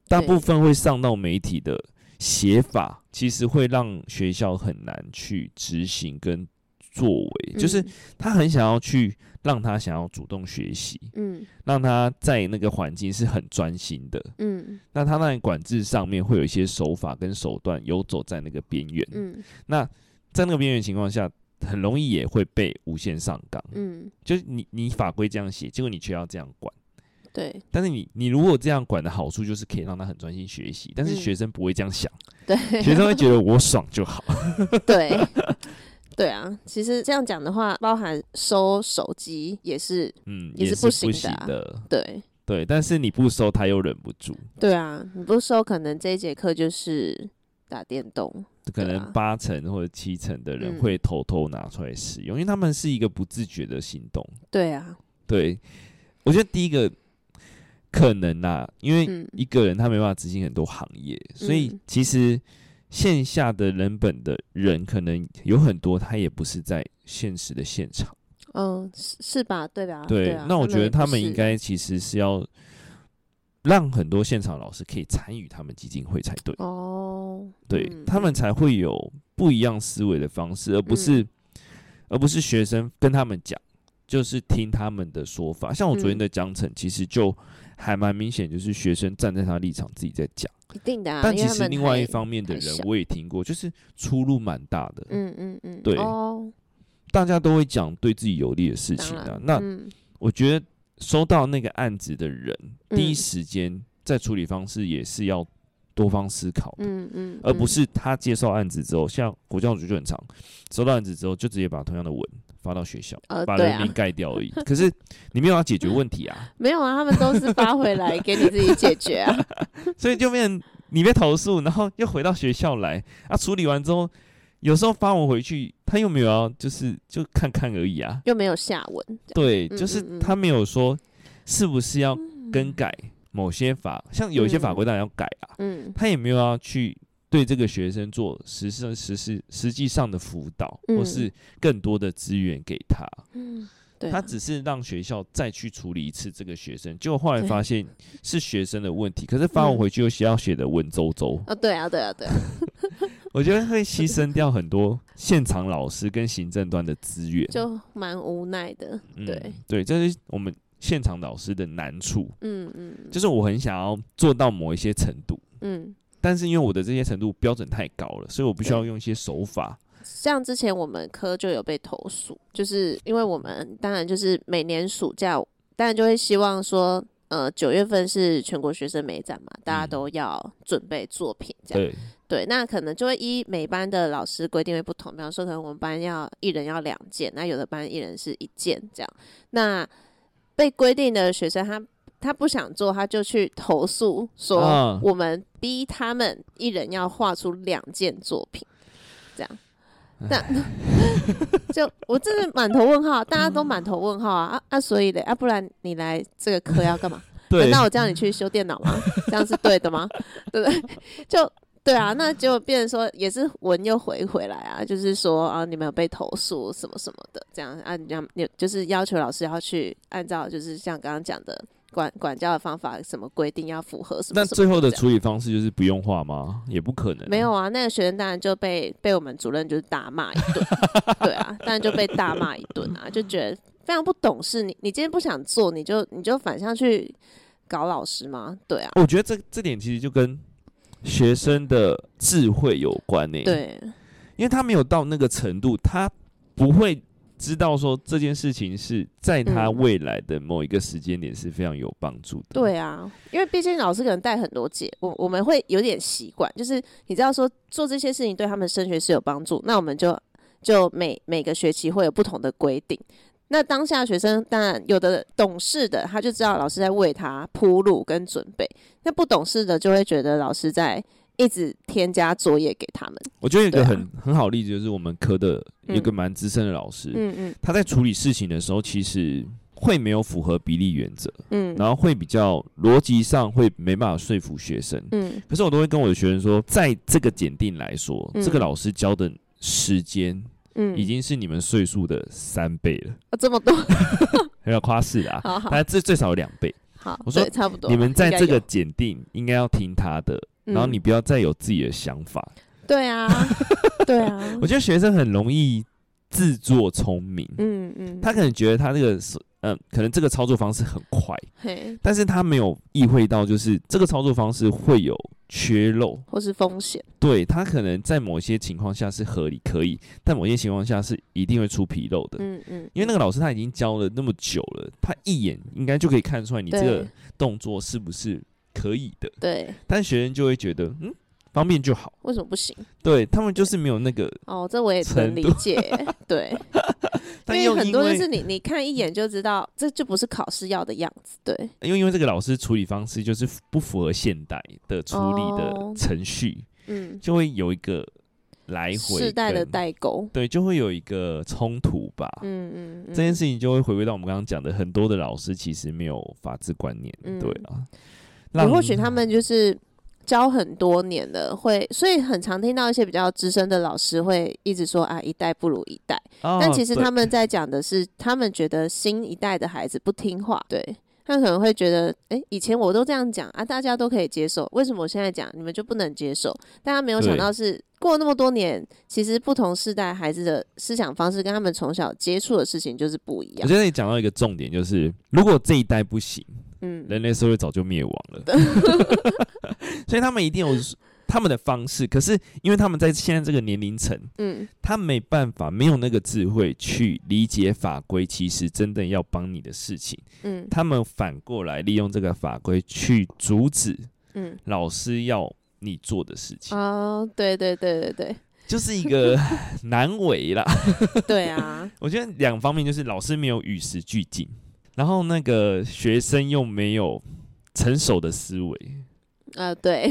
B: 大
A: 对
B: 部分会上到媒体的写法，其实会让学校很难去执行跟作为，就是
A: 嗯
B: 他很想要去让他想要主动学习，
A: 嗯
B: 让他在那个环境是很专心的。
A: 嗯
B: 那他在管制上面会有一些手法跟手段游走在那个边缘，
A: 嗯
B: 那在那个边缘情况下，很容易也会被无限上纲。
A: 嗯，
B: 就是你你法规这样写，结果你却要这样管。
A: 对
B: 但是你你如果这样管的好处就是可以让他很专心学习，但是
A: 嗯
B: 学生不会这
A: [laughs]
B: 样想，
A: 对，
B: [laughs] 学生会觉得我爽就好。
A: 对，对啊，其实这样讲的话，包含收手机也是
B: 嗯，
A: [laughs] 也
B: 也
A: 是
B: 是
A: 不
B: 行
A: 行的啊
B: 的。
A: 对，
B: 对，但是你不收他又忍不住，
A: 对啊，你不收，可能这一节课就是打电动。
B: 可
A: 对啊
B: 能八成或者七成的人
A: 嗯
B: 会偷偷拿出来使用，因为他们是一个不自觉的行动。
A: 对啊，
B: 对，我觉得第一个可能啊，因为
A: 嗯
B: 一个人他没办法执行很多行业，所以
A: 嗯
B: 其实线下的人本的人可能有很多，他也不是在现实的现场。
A: 嗯，是是吧？对吧？
B: 对，
A: 啊、
B: 那我觉得
A: 也
B: 他
A: 不
B: 们
A: 是
B: 应该其实是要让很多现场老师可以参与他们基金会才对，
A: 哦，
B: 对、
A: 嗯
B: 他们才会有不一样思维的方式，而不是、
A: 嗯
B: 而不是学生跟他们讲，就是听他们的说法。像我昨天
A: 嗯
B: 的章程，其实就还蛮明显，就是学生站在他的立场自己在讲，
A: 一定的、啊，
B: 但
A: 因为
B: 其
A: 他
B: 实
A: 们
B: 另外
A: 还
B: 一方面的
A: 还
B: 人
A: 小
B: 我也听过，就是出入蛮大的，
A: 嗯嗯嗯，
B: 对
A: 哦，
B: 大家都会讲对自己有利的事
A: 当
B: 情
A: 然，
B: 啊，那。
A: 嗯
B: 我觉得收到那个案子的人，
A: 嗯
B: 第一时间在处理方式也是要多方思考的，
A: 嗯嗯，
B: 而不
A: 嗯
B: 是他接受案子之后，像国教局就很长，收到案子之后就直接把同样的文发到学校，
A: 呃，
B: 把
A: 对
B: 人
A: 啊
B: 名，盖
A: [laughs]
B: 掉而已。可是你没有要解决问题啊，
A: 没有啊，他们都是发回来给你自己解决
B: [laughs]
A: 啊，
B: 所以就变成你被投诉，然后又回到学校来啊，处理完之后。有时候发文回去，他又没有要，就是就看看而已啊。
A: 又没有下文，这样
B: 对，
A: 嗯
B: 就是
A: 嗯嗯
B: 他没有说是不是要更改某些法，像有一些法规当然要改啊，
A: 嗯
B: 他也没有要去对这个学生做实事实事实际上的辅导，
A: 嗯
B: 或是更多的资源给他，
A: 嗯，对啊、
B: 他只是让学校再去处理一次这个学生，结果后来
A: 对
B: 发现是学生的问题，可是发
A: 嗯
B: 文回去又写要写的文绉绉，
A: 啊，对啊，对啊，对啊，
B: 我觉得会牺牲掉很多现场老师跟行政端的资源，
A: 就蛮无奈的，
B: 嗯
A: 对
B: 对，这是我们现场老师的难处，
A: 嗯嗯
B: 就是我很想要做到某一些程度。
A: 嗯。
B: 但是因为我的这些程度标准太高了，所以我必须要用一些手法。
A: 像之前我们科就有被投诉，就是因为我们当然就是每年暑假，当然就会希望说，呃，九月份是全国学生美展嘛，大家
B: 嗯
A: 都要准备作品这样。
B: 对，
A: 对，那可能就会依每班的老师规定会不同，比方说可能我们班要一人要两件，那有的班一人是一件这样。那被规定的学生他他不想做，他就去投诉说
B: 啊
A: 我们逼他们一人要画出两件作品，这样。那就我真的满头问号，大家都满头问号啊啊啊！所以嘞啊，不然你来这个课要干嘛？[laughs]
B: 对， [laughs]
A: 难道我叫你去修电脑吗？这样是对的吗？对不对？就对啊，那结果变成说也是文又回回来啊，就是说啊，你们有被投诉什么什么的，这样按这样你就是要求老师要去按照就是像刚刚讲的管管教的方法，什么规定要符合什么
B: 那
A: 什么
B: 最后的
A: 这样
B: 处理方式就是不用画吗？也不可能啊、
A: 没有啊，那个学生当然就被被我们主任就是大骂一
B: [laughs]
A: 顿，对啊，当然就被大骂一顿啊，就觉得非常不懂事。你你今天不想做，你就你就反向去搞老师吗？对啊，
B: 我觉得这这点其实就跟学生的智慧有关欸呢、，
A: 对，
B: 因为他没有到那个程度，他不会知道说这件事情是在他
A: 嗯
B: 未来的某一个时间点是非常有帮助的。
A: 对啊，因为毕竟老师可能带很多节，我我们会有点习惯，就是你知道说做这些事情对他们升学是有帮助，那我们就就每每个学期会有不同的规定。那当下学生当然有的懂事的，他就知道老师在为他铺路跟准备；那不懂事的就会觉得老师在一直添加作业给他们。
B: 我觉得有一个
A: 对啊
B: 很、很好例子，就是我们科的有一个
A: 嗯
B: 蛮资深的老师，
A: 嗯嗯
B: 他在处理事情的时候，其实会没有符合比例原则，
A: 嗯
B: 然后会比较逻辑上会没办法说服学生。
A: 嗯
B: 可是我都会跟我的学生说，在这个检定来说，
A: 嗯
B: 这个老师教的时间
A: 嗯，
B: 已经是你们岁数的三倍了，
A: 哦这么多，
B: 还要夸啊饰啦，
A: 好好
B: 但这最少有两倍。
A: 好，
B: 我说
A: 对差不多啦。
B: 你们在
A: 应该
B: 这个
A: 有，
B: 检定应该要听他的，然后
A: 嗯
B: 你不要再有自己的想法。
A: 对
B: [laughs]
A: 啊，对啊
B: 我，觉得学生很容易自作聪明，
A: 嗯嗯，
B: 他可能觉得他那个是。嗯，可能这个操作方式很快，
A: 嘿。
B: 但是他没有意会到，就是这个操作方式会有缺漏，
A: 或是风险。
B: 对他可能在某些情况下是合理可以，但某些情况下是一定会出纰漏的。
A: 嗯嗯，
B: 因为那个老师他已经教了那么久了，他一眼应该就可以看出来你这个
A: 对
B: 动作是不是可以的，
A: 对，
B: 但学生就会觉得嗯方便就好，
A: 为什么不行？
B: 对他们就是没有那个，
A: 哦，这我也
B: 程
A: 能理
B: 度
A: 解。
B: [laughs]
A: 对，
B: 但
A: 因
B: 又
A: 为很
B: 因
A: 多就
B: 为
A: 是你你看一眼就知道，这就不是考试要的样子。对，
B: 因为因为这个老师处理方式就是不符合现代的处理的
A: 哦
B: 程序，
A: 嗯，
B: 就会有一个来回
A: 世代的
B: 跟
A: 代沟。
B: 对，就会有一个冲突吧。
A: 嗯嗯嗯，
B: 这件事情就会回归到我们刚刚讲的，很多的老师其实没有法治观念，
A: 嗯
B: 对啊。
A: 也
B: 让
A: 或许他们就是教很多年的，会所以很常听到一些比较资深的老师会一直说啊，一代不如一代。
B: 哦
A: 但其实
B: 对
A: 他们在讲的是，他们觉得新一代的孩子不听话，对他们可能会觉得，诶，以前我都这样讲啊，大家都可以接受，为什么我现在讲你们就不能接受？但他没有想
B: 对
A: 到是过了那么多年，其实不同世代孩子的思想方式跟他们从小接触的事情就是不一
B: 我
A: 样。
B: 觉得你讲到一个重点，就是如果这一代不行，
A: 嗯，
B: 人类社会早就灭亡了。 [laughs] 所以他们一定有他们的方式，可是因为他们在现在这个年龄层，
A: 嗯，
B: 他没办法，没有那个智慧去理解法规，其实真的要帮你的事情，
A: 嗯，
B: 他们反过来利用这个法规去阻止
A: 嗯，
B: 老师要你做的事情。
A: 哦，对对对对对，
B: 就是一个难为啦。 [laughs]
A: 对啊，
B: 我觉得两方面就是老师没有与时俱进，然后那个学生又没有成熟的思维。
A: 啊、对，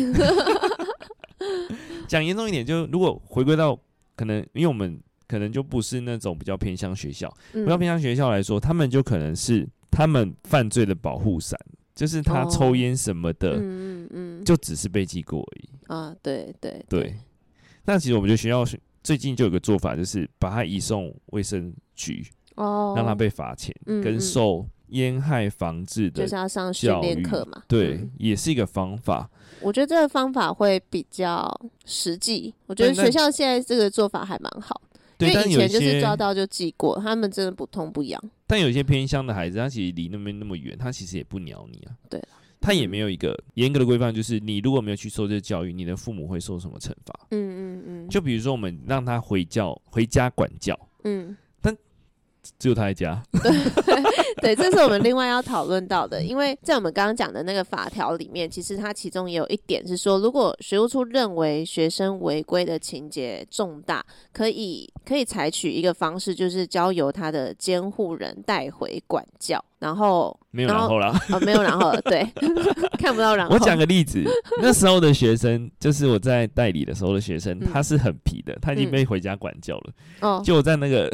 B: 讲严重一点，就如果回归到可能，因为我们可能就不是那种比较偏向学校，
A: 嗯
B: 比较偏向学校来说，他们就可能是他们犯罪的保护伞，就是他
A: 哦
B: 抽烟什么的，
A: 嗯嗯嗯，
B: 就只是被记过而已。
A: 啊，对对
B: 对，，那其实我们觉得学校是最近就有个做法，就是把他移送卫生局。
A: 哦，
B: 让他被罚钱，
A: 嗯
B: 跟
A: 嗯
B: 受烟害防治的
A: 就是要上训
B: 教
A: 练
B: 育
A: 课嘛，
B: 对，
A: 嗯
B: 也是一个方法。
A: 我觉得这个方法会比较实际。我觉得
B: 对那
A: 学校现在这个做法还蛮好，因
B: 对，
A: 为
B: 但
A: 以
B: 有一
A: 前就是
B: 些，
A: 抓到就记过，他们真的不痛不痒。
B: 但有一些偏乡的孩子，他其实离那边那么远，他其实也不鸟你啊。
A: 对啦
B: 他也
A: 嗯
B: 没有一个严格的规范，就是你如果没有去受这教育，你的父母会受什么惩罚？
A: 嗯嗯嗯，
B: 就比如说我们让他回教回家管教，
A: 嗯，
B: 只有他在家。
A: 对，这是我们另外要讨论到的，因为在我们刚刚讲的那个法条里面，其实它其中也有一点是说，如果学务处认为学生违规的情节重大，可以可以采取一个方式，就是交由他的监护人带回管教，然后
B: 没有
A: 然
B: 然
A: 后
B: 后
A: [laughs]
B: 啦，
A: 哦没有然后了，对， [laughs] 看不到然后。
B: 我讲个例子，那时候的学生，就是我在代理的时候的学生，
A: 嗯
B: 他是很皮的，他已经
A: 嗯
B: 被回家管教了，
A: 哦，
B: 就我在
A: [laughs]
B: 那个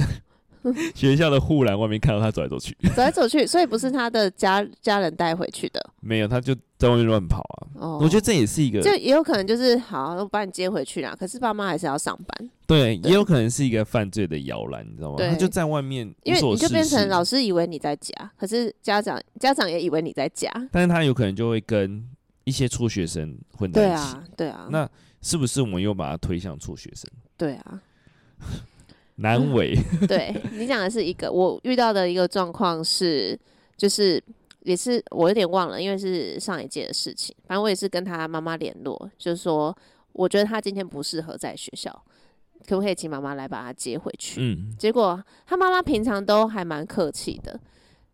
B: 学校的护栏外面看到他走来走去，
A: 走来走去，所以不是他的家家人带回去的
B: 没有，他就在外面乱跑啊。
A: 哦
B: 我觉得这也是一个
A: 就也有可能就是好，我把你接回去啦。可是爸妈还是要上班，
B: 对，
A: 对
B: 也有可能是一个犯罪的摇篮，你知道吗？
A: 对
B: 他就在外面
A: 因
B: 无
A: 为
B: 所
A: 你就
B: 事
A: 变成
B: 事
A: 老师以为你在家，可是家长家长也以为你在家。
B: 但是他有可能就会跟一些辍学生混
A: 对
B: 在一起。
A: 啊，对啊，
B: 那是不是我们又把他推向辍学生？
A: 对啊，
B: 难为，
A: 对 [laughs] 你讲的是一个我遇到的一个状况是，就是也是我有点忘了，因为是上一届的事情。反正我也是跟他妈妈联络，就是说我觉得他今天不适合在学校，可不可以请妈妈来把他接回去？
B: [laughs] 嗯，
A: 结果他妈妈平常都还蛮客气的，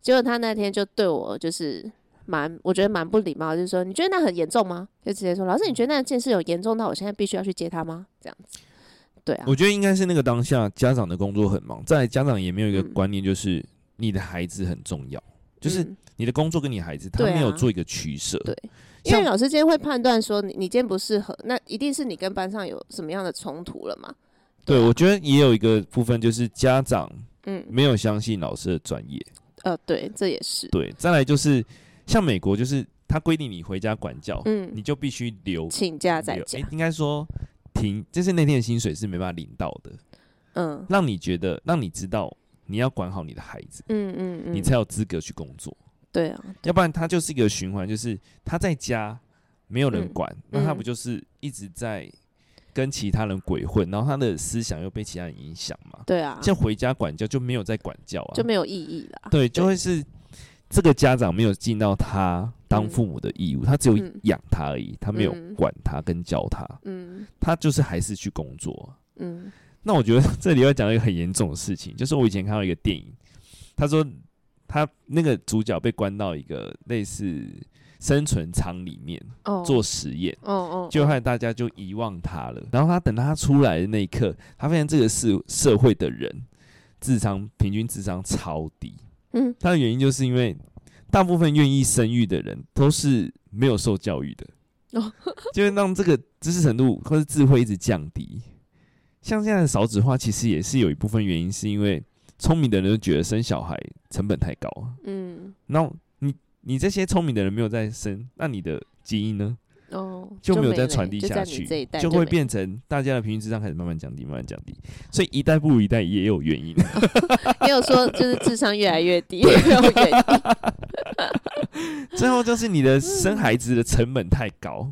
A: 结果他那天就对我就是蛮，我觉得蛮不礼貌，就是说你觉得那很严重吗？就直接说老师，你觉得那件事有严重到我现在必须要去接他吗？这样子， [laughs] 对啊，
B: 我觉得应该是那个当下家长的工作很忙，再来家长也没有一个
A: 嗯
B: 观念，就是你的孩子很重要，就是
A: 嗯
B: 你的工作跟你孩子，他
A: 对啊
B: 没有做一个取舍。
A: 对啊因
B: 像
A: 为老师今天会判断说你你今天不适合，那一定是你跟班上有什么样的冲突了嘛？
B: 对
A: 对啊
B: 我觉得也有一个部分就是家长
A: 嗯，
B: 没有相信老师的专业。
A: 呃，对，这也是，
B: 对，再来就是像美国，就是他规定你回家管教，
A: 嗯，
B: 你就必须留
A: 请假在
B: 留
A: 家
B: 诶，应该说停，就是那天的薪水是没办法领到的，
A: 嗯
B: 让你觉得，让你知道你要管好你的孩子，
A: 嗯嗯嗯，
B: 你才有资格去工作，
A: 对啊，
B: 要不然他就是一个循环，就是他在家没有人
A: 嗯
B: 管，那他
A: 嗯
B: 不就是一直在跟其他人鬼混，然后他的思想又被其他人影响嘛？
A: 对啊，
B: 像回家管教就没有在管教啊，
A: 就没有意义啦。
B: [laughs] 对，就
A: 对
B: 会是这个家长没有尽到他当
A: 嗯
B: 父母的义务，他只有
A: 嗯
B: 养他而已，他没有
A: 嗯
B: 管他跟教他，
A: 嗯
B: 他就是还是去工作。
A: 嗯
B: 那我觉得 [laughs] 这里要讲一个很严重的事情，就是我以前看到一个电影，他说他那个主角被关到一个类似生存舱里面
A: 哦，
B: 做实验。
A: 哦哦，
B: 就害大家就遗忘他了。然后他等他出来的那一刻，他发现这个社社会的人智商平均智商超低。
A: 嗯，
B: 他的原因就是因为大部分愿意生育的人都是没有受教育的，
A: 哦
B: [laughs] 就会让这个知识程度或是智慧一直降低。像现在的少子化，其实也是有一部分原因是因为聪明的人就觉得生小孩成本太高啊。
A: 嗯
B: 那你你这些聪明的人没有在生，那你的基因呢？
A: 哦，
B: 就没有
A: 没
B: 再
A: 了
B: 传递
A: 就
B: 下
A: 在你
B: 去
A: 这一，代
B: 就会
A: 没
B: 变成大家的平均智商开始慢慢降低，慢慢降低。所以一代不如一代也有原因。
A: 没有说就是智商越来越 [laughs] 低，没有原因
B: 最后就是你的生孩子的成本太高，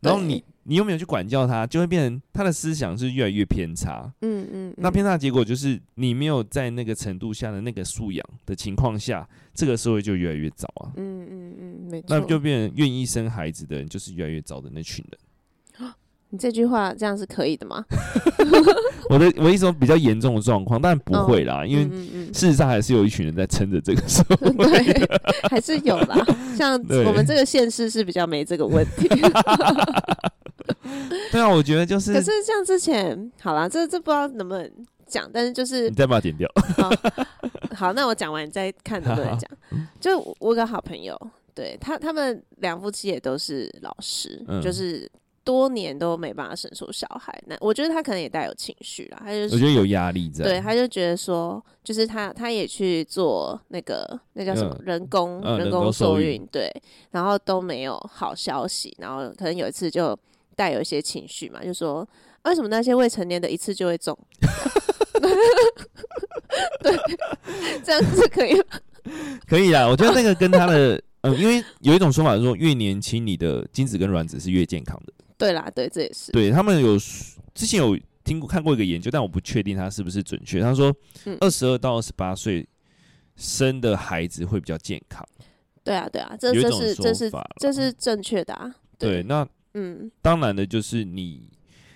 B: 然后你
A: 对
B: 你又没有去管教他，就会变成他的思想是越来越偏差。
A: 嗯嗯，
B: 那
A: 嗯
B: 偏差的结果就是你没有在那个程度下的那个素养的情况下，这个社会就越来越糟啊。
A: 嗯嗯嗯，没错。
B: 那就变成愿意生孩子的人就是越来越糟的那群人。
A: 你这句话这样是可以的吗？
B: 我的我一种比较严重的状况，但不会啦，因为
A: 嗯嗯
B: 事实上还是有一群人在撑着这个
A: [laughs]
B: 社
A: 嗯，
B: 会。
A: 对，还是有
B: [laughs]
A: 啦。像
B: 对
A: 我们这个县市是比较没这个问
B: [laughs]
A: 题，
B: 对啊，我觉得就是
A: 可是像之前，好啦，这这不知道能不能讲，但是就是
B: 你再把它剪掉。
A: [laughs] 好，那我讲完你再看能不能
B: [laughs]
A: 讲。
B: 嗯
A: 就我我有个好朋友，对他他们两夫妻也都是老师，
B: 嗯
A: 就是多年都没办法生出小孩。那我觉得他可能也带有情绪啦，他就
B: 我觉
A: 是
B: 得有压力在。
A: 对，他就觉得说，就是他他也去做那个那叫什么、
B: 嗯
A: 人工、
B: 嗯人
A: 人
B: 工
A: 工
B: 受
A: 受
B: 孕
A: 孕，对，然后都没有好消息，然后可能有一次就带有一些情绪嘛，就说为什么那些未成年的一次就会中？ [laughs] 对，这样子可以吗 [laughs]
B: 可以啦，我觉得那个跟他的，嗯，因为有一种说法是说，越年轻你的精子跟卵子是越健康的。
A: 对啦，对，这也是，
B: 对他们有之前有听过看过一个研究，但我不确定它是不是准确。他说
A: 嗯，
B: 二十二到二十八岁生的孩子会比较健康，
A: 对啊，对啊，这
B: 有一
A: 这
B: 种
A: 是这
B: 说
A: 是
B: 法啦。
A: 这是正确的啊，
B: 对，那
A: 嗯，
B: 当然的就是你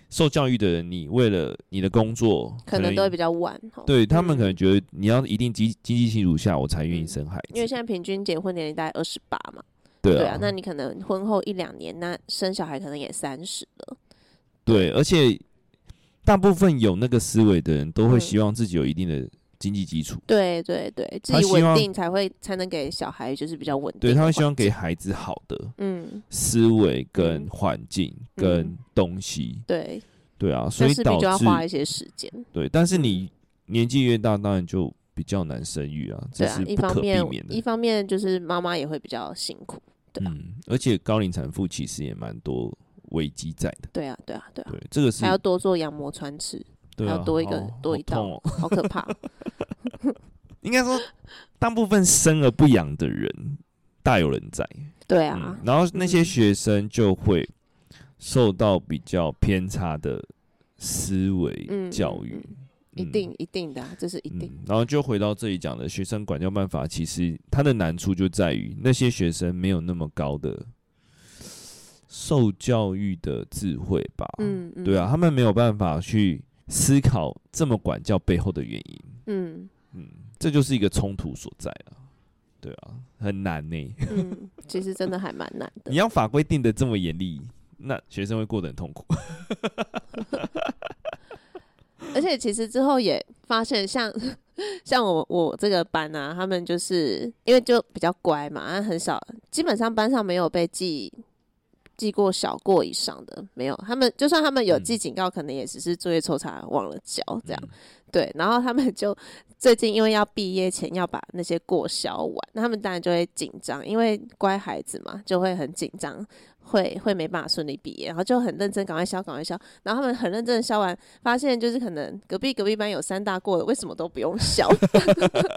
B: 受教育的人，你为了你的工作，
A: 可能都会比较晚哦，
B: 对他们
A: 嗯
B: 可能觉得你要一定经经济基础下，我才愿意
A: 嗯
B: 生孩子。
A: 因为现在平均结婚年龄大概二十八嘛。
B: 对
A: 对啊，那你可能婚后一两年，那生小孩可能也三十了。
B: 对，而且大部分有那个思维的人都会
A: 嗯
B: 希望自己有一定的经济基础，
A: 对对对，自
B: 他
A: 己
B: 希
A: 稳
B: 望
A: 定才会才能给小孩就是比较稳定。
B: 对，他会希望给，孩子好的
A: 嗯，
B: 思维、跟
A: 嗯
B: 环境、
A: 嗯
B: 跟东西，
A: 对，
B: 对啊，所
A: 但
B: 以
A: 势必
B: 导
A: 就要
B: 致
A: 花一嗯些时间。
B: 对，但是你年纪越大，当然就比较难生育啊，
A: 对
B: 这
A: 啊
B: 是，
A: 一
B: 不
A: 方
B: 可避
A: 面
B: 免
A: 一
B: 的。
A: 方面就是妈妈也会比较辛苦，对啊
B: 嗯，而且高龄产妇其实也蛮多危机在的，
A: 对啊，对啊，对啊，
B: 对，这个是
A: 还要多做羊膜穿刺，
B: 对
A: 还
B: 啊，
A: 要多一个
B: 好
A: 多
B: 好
A: 一道
B: 痛哦
A: 好可怕。
B: 应该说，大部分生而不养的人大有人在，
A: 对
B: 嗯
A: 啊，，
B: 然后那些
A: 嗯
B: 学生就会受到比较偏差的思维
A: 嗯
B: 教
A: 嗯
B: 育，
A: 一
B: 嗯
A: 定一定的啊，这是一定。
B: 嗯，然后就回到这里讲的学生管教办法，其实它的难处就在于那些学生没有那么高的受教育的智慧吧。
A: 嗯，嗯
B: 对啊，，他们没有办法去思考这么管教背后的原因。
A: 嗯
B: 嗯，这就是一个冲突所在了。对啊，很难呢、
A: 嗯，其实真的还蛮难的
B: [laughs] 你。要法规定的这么严厉，那学生会过得很痛苦。
A: 而且其实之后也发现像，像我我这个班啊，他们就是因为就比较乖嘛，啊很少，基本上班上没有被记记过小过以上的，没有。他们就算他们有
B: 嗯
A: 记警告，可能也只是作业抽查忘了交 [laughs] 这样。
B: 嗯
A: 对，然后他们就最近因为要毕业前要把那些过销完，那他们当然就会紧张，因为乖孩子嘛，就会很紧张，会会没办法顺利毕业，然后就很认真，赶快销，赶快销。然后他们很认真的销完，发现就是可能隔壁隔壁班有三大过的，为什么都不用销？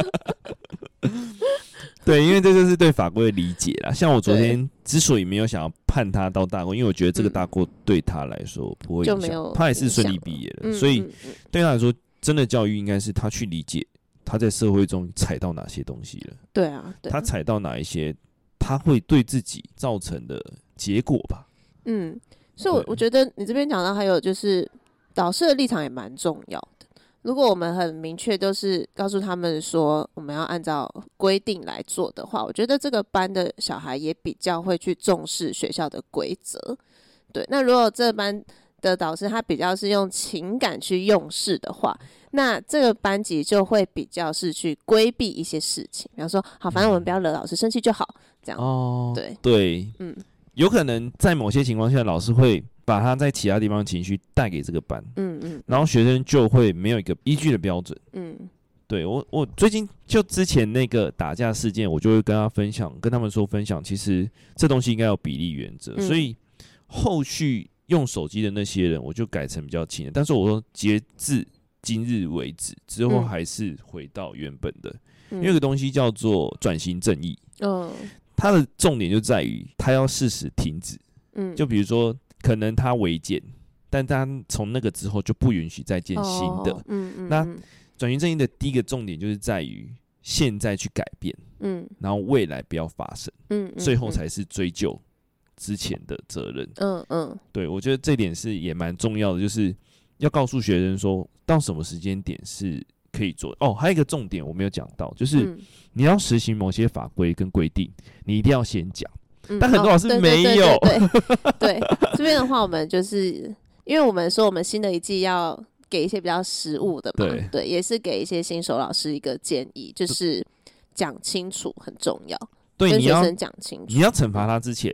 B: [laughs]
A: [laughs]
B: 对，因为这就是对法规的理解啦。像我昨
A: 对
B: 天之所以没有想要判他到大过，因为我觉得这个
A: 嗯
B: 大过对他来说不会
A: 就
B: 影
A: 没有
B: 响，他也是
A: 影
B: 顺
A: 响
B: 利
A: 了
B: 毕业的，
A: 嗯
B: 所以
A: 嗯嗯
B: 对他来说，真的教育应该是他去理解他在社会中踩到哪些东西了，
A: 对啊，对
B: 他
A: 啊，
B: 踩到哪一些他会对自己造成的结果吧。
A: 嗯，所以我，我
B: 对
A: 觉得你这边讲到还有就是导师的立场也蛮重要的。如果我们很明确，就是告诉他们说我们要按照规定来做的话，我觉得这个班的小孩也比较会去重视学校的规则。对，那如果这班的导师他比较是用情感去用事的话，那这个班级就会比较是去规避一些事情，比方说，好，反正我们不要惹老师生气就好。嗯
B: 哦，
A: 对，
B: 对，
A: 嗯
B: 有可能在某些情况下，老师会把他在其他地方的情绪带给这个班，
A: 嗯嗯
B: 然后学生就会没有一个依据的标准。
A: 嗯
B: 对我，我最近就之前那个打架事件，我就会跟他分享，跟他们说分享，其实这东西应该有比例原则，
A: 嗯
B: 所以后续用手机的那些人，我就改成比较轻的，但是我说截至今日为止，之后
A: 嗯
B: 还是回到原本的，
A: 嗯，
B: 因为有个东西叫做转型正义，
A: 嗯
B: 它的重点就在于它要适时停止，
A: 嗯，
B: 就比如说可能他违建，但他从那个之后就不允许再建新的，
A: 哦嗯嗯，
B: 那
A: 嗯
B: 转型正义的第一个重点就是在于现在去改变，
A: 嗯
B: 然后未来不要发生，
A: 嗯，嗯
B: 最后才是追究之前的责任。
A: 嗯嗯
B: 对我觉得这点是也蛮重要的，就是要告诉学生说到什么时间点是可以做。哦，还有一个重点我没有讲到，就是
A: 嗯
B: 你要实行某些法规跟规定，你一定要先讲。
A: 嗯
B: 但很多
A: 哦
B: 老师
A: 对对
B: 没
A: 对
B: 有
A: 对对
B: [laughs]
A: 对这边的话，我们就是因为我们说我们新的一季要给一些比较实务的嘛，
B: 对
A: 对，也是给一些新手老师一个建议，就是讲清楚很重要，
B: 对，
A: 跟
B: 你
A: 学
B: 要
A: 生讲清楚
B: 你，要惩罚他之前，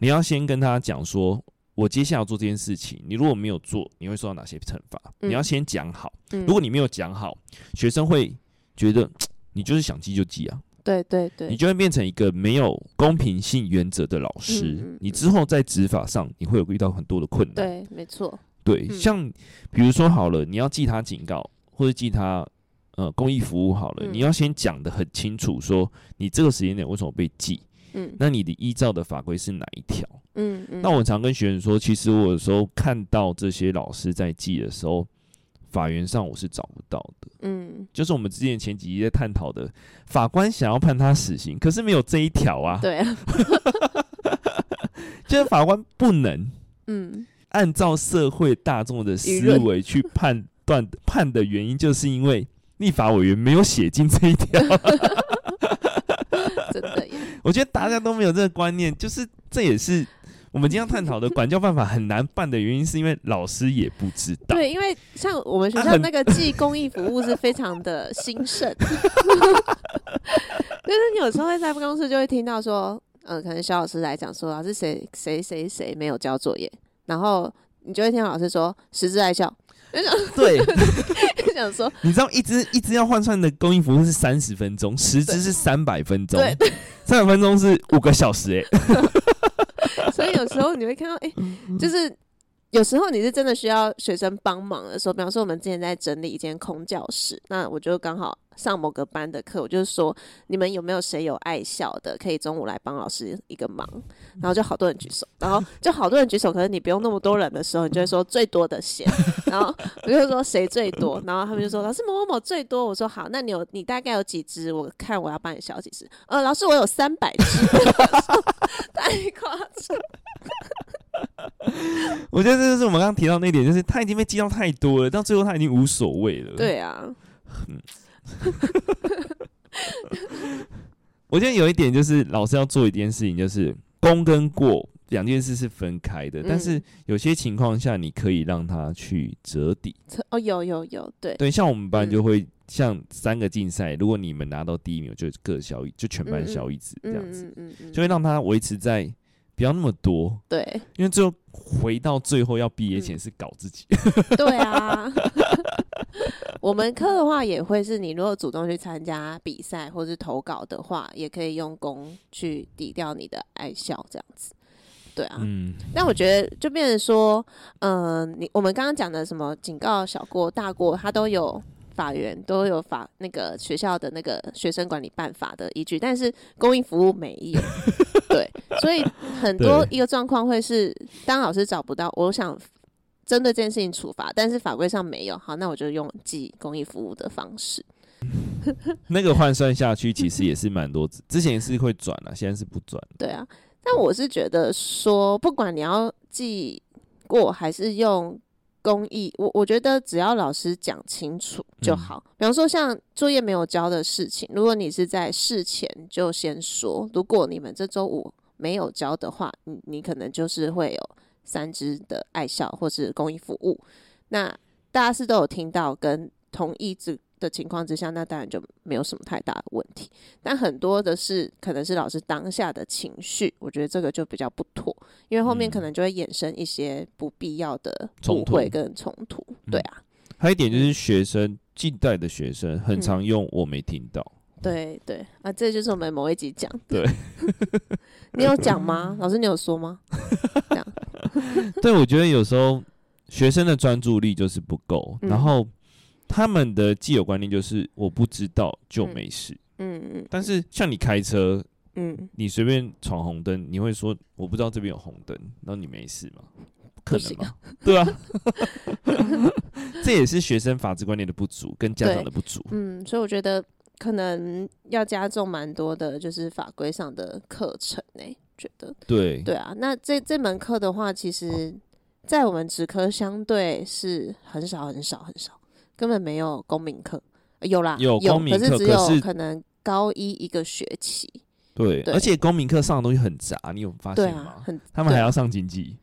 B: 你要先跟他讲说，我接下来要做这件事情，你如果没有做，你会受到哪些惩罚？
A: 嗯
B: 你要先讲好。
A: 嗯
B: 如果你没有讲好，学生会觉得你就是想记就记啊，
A: 对对
B: 你
A: 对，
B: 就会变成一个没有公平性原则的老师。
A: 嗯嗯
B: 你之后在执法上，你会有遇到很多的困难。
A: 对，没错，
B: 对，
A: 嗯
B: 像比如说好了，你要记他警告，或者记他呃公益服务好了，
A: 嗯
B: 你要先讲的很清楚说你这个时间点为什么被记，
A: 嗯
B: 那你的依照的法规是哪一条？
A: 嗯嗯，
B: 那我常跟学员说，其实我有时候看到这些老师在记的时候，法源上我是找不到的。
A: 嗯
B: 就是我们之前前几集在探讨的，法官想要判他死刑，可是没有这一条啊。
A: 对 [laughs] 啊，
B: 就是法官不能
A: 嗯
B: 按照社会大众的思
A: 舆论
B: 维去判
A: [laughs]
B: 断判的原因，就是因为立法委员没有写进这一条。 [laughs]
A: 真的耶，
B: 我觉得大家都没有这个观念，就是这也是我们今天要探讨的管教办法很难办的原因，是因为老师也不知道。
A: 对，因为像我们学
B: 啊
A: 校
B: 很
A: 那个寄公益服务是非常的兴盛， [laughs] 就是你有时候会在办公室就会听到说，呃，可能小老师来讲说，老师谁谁谁谁没有交作业，然后你就会听到老师说十之爱笑，
B: [laughs]
A: [laughs]
B: 对，
A: 就想说
B: 你知道一只一只要换算的公益服务是三十分钟，十只是三百分钟
A: 对，
B: 欸三百分钟是五个小时哎、
A: 所以有时候你会看到，哎、就是有时候你是真的需要学生帮忙的时候，比方说我们之前在整理一间空教室，那我就刚好上某个班的课，我就是说你们有没有谁有爱校的，可以中午来帮老师一个忙，然后就好多人举手，然后就好多人举手，可是你不用那么多人的时候，你就会说最多的先， [laughs] 然后我就说谁最多，然后他们就说老师某某某最多，我说好，那你有你大概有几只？我看我要帮你消几只，呃，老师我有三百只， [laughs] 太夸张，
B: 我觉得这就是我们刚刚提到那一点，就是他已经被激到太多了，到最后他已经无所谓了。，
A: 对啊，
B: 我觉得有一点就是老师要做一件事情，就是功跟过两件事是分开的，
A: 嗯
B: 但是有些情况下你可以让他去折抵。
A: 这哦有有有，对，
B: 对，像我们班
A: 嗯
B: 就会像三个竞赛，如果你们拿到第一名，我就各小一，就全班小一子这样子，
A: 嗯嗯嗯，
B: 就会让他维持在不要那么多，
A: 对
B: 因为最后回到最后要毕业前
A: 嗯
B: 是搞自己。
A: 对啊。 [laughs] 我们科的话也会是你如果主动去参加比赛或是投稿的话，也可以用功去抵掉你的爱笑这样子。对啊，
B: 嗯，
A: 但我觉得就变成说，嗯、你我们刚刚讲的什么警告小过、大过，它都有法源，都有法那个学校的那个学生管理办法的依据，但是公益服务没有。对，所以很多一个状况会是，当老师找不到，我想针对这件事情处罚，但是法规上没有，好，那我就用记公益服务的方式。
B: 那个换算下 [laughs] 去其实也是蛮多，之前也是会转啊，现在是不转。
A: 对啊，但我是觉得说，不管你要记过还是用公益，我我觉得只要老师讲清楚就好。比方说像作业没有交的事情，如果你是在事前就先说，如果你们这周五没有交的话，你你可能就是会有三支的爱校或是公益服务。那大家是都有听到跟同意之的情况之下，那当然就没有什么太大的问题。但很多的是可能是老师当下的情绪，我觉得这个就比较不妥，因为后面
B: 嗯
A: 可能就会衍生一些不必要的
B: 冲
A: 误会
B: 突
A: 跟冲突。对啊，
B: 还有一点就是学生，近代的学生很
A: 嗯
B: 常用我没听到，
A: 对对啊，这就是我们某一集讲的。
B: 嗯对，
A: [laughs] 你有讲吗？老师，你有说吗？
B: 对我觉得有时候学生的专注力就是不够，
A: 嗯
B: 然后他们的既有观念就是我不知道就没事，
A: 嗯嗯
B: 但是像你开车，
A: 嗯，
B: 你随便闯红灯，你会说我不知道这边有红灯，然后你没事吗？不可能吗？对啊， [laughs] 这也是学生法治观念的不足跟家长的不足。
A: 嗯，所以我觉得可能要加重蛮多的，就是法规上的课程呢、觉得
B: 对
A: 对啊。那这这门课的话，其实，在我们职科相对是很少很少很少，根本没有公民课，呃有啦
B: 有公民
A: 可是
B: 课
A: 只
B: 可
A: 有
B: 是
A: 可能高一一个学期，
B: 对
A: 对
B: 而且公民课上的东西很杂，你有发
A: 对
B: 现
A: 啊，
B: 吗？
A: 很
B: 他们还
A: 对
B: 要上经济，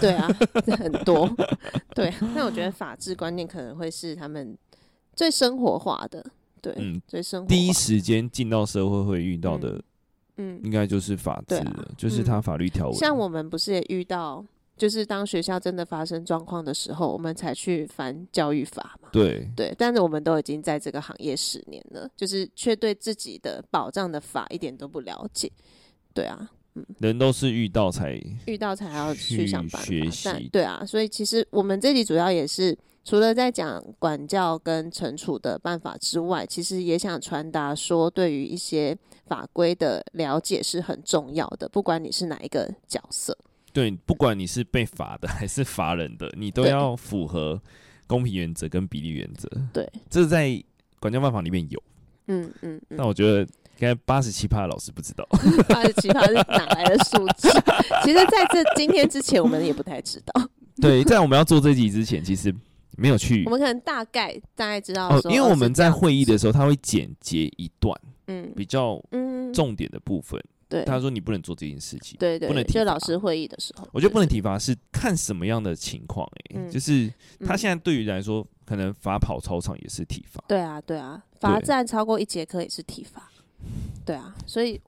A: 对啊， [laughs] 很多。对啊，那我觉得法治观念可能会是他们最生活化的，对，
B: 嗯，
A: 最生活
B: 第一
A: 化
B: 时间进到社会会遇到的，
A: 嗯，
B: 应该就是法
A: 对
B: 治了，
A: 啊
B: 就是它法律条文。
A: 像我们不是也遇到，就是当学校真的发生状况的时候，我们才去翻教育法嘛。
B: 对
A: 对，但是我们都已经在这个行业十年了，就是却对自己的保障的法一点都不了解。对啊，
B: 人都是遇到才
A: 遇到才要去
B: 去
A: 想办法
B: 学。
A: 但
B: 习
A: 对啊，所以其实我们这集主要也是除了在讲管教跟惩处的办法之外，其实也想传达说，对于一些法规的了解是很重要的，不管你是哪一个角色。
B: 对，不管你是被罚的还是罚人的，你都
A: 对
B: 要符合公平原则跟比例原则。
A: 对，
B: 这在管教办法里面有，
A: 嗯嗯嗯， [laughs]
B: 但我觉得应该八十七趴的老师不知道。
A: 八十七趴是哪来的数字？ [laughs] 其实在这今天之前，我们也不太知道，
B: 对，在我们要做这集之前，其实没有去
A: 我们可能大概大概知道
B: 哦，
A: 说，
B: 因为
A: 哦
B: 我
A: 是
B: 们
A: 这
B: 在
A: 样
B: 会议
A: 子
B: 的时候，他会简洁一段
A: 嗯
B: 比较
A: 嗯
B: 重点的部分，
A: 对
B: 他说你不能做这件事情。
A: 对对
B: 不能
A: 对，
B: 体
A: 就老
B: 罚
A: 师会议的时候，
B: 我觉得
A: 对
B: 不能
A: 对
B: 体罚是看什么样的情况、欸，
A: 嗯
B: 就是他
A: 嗯
B: 现在对于来说，可能罚跑操场也是体罚，
A: 对啊，对啊，罚
B: 对
A: 站超过一节课也是体罚。对啊，所以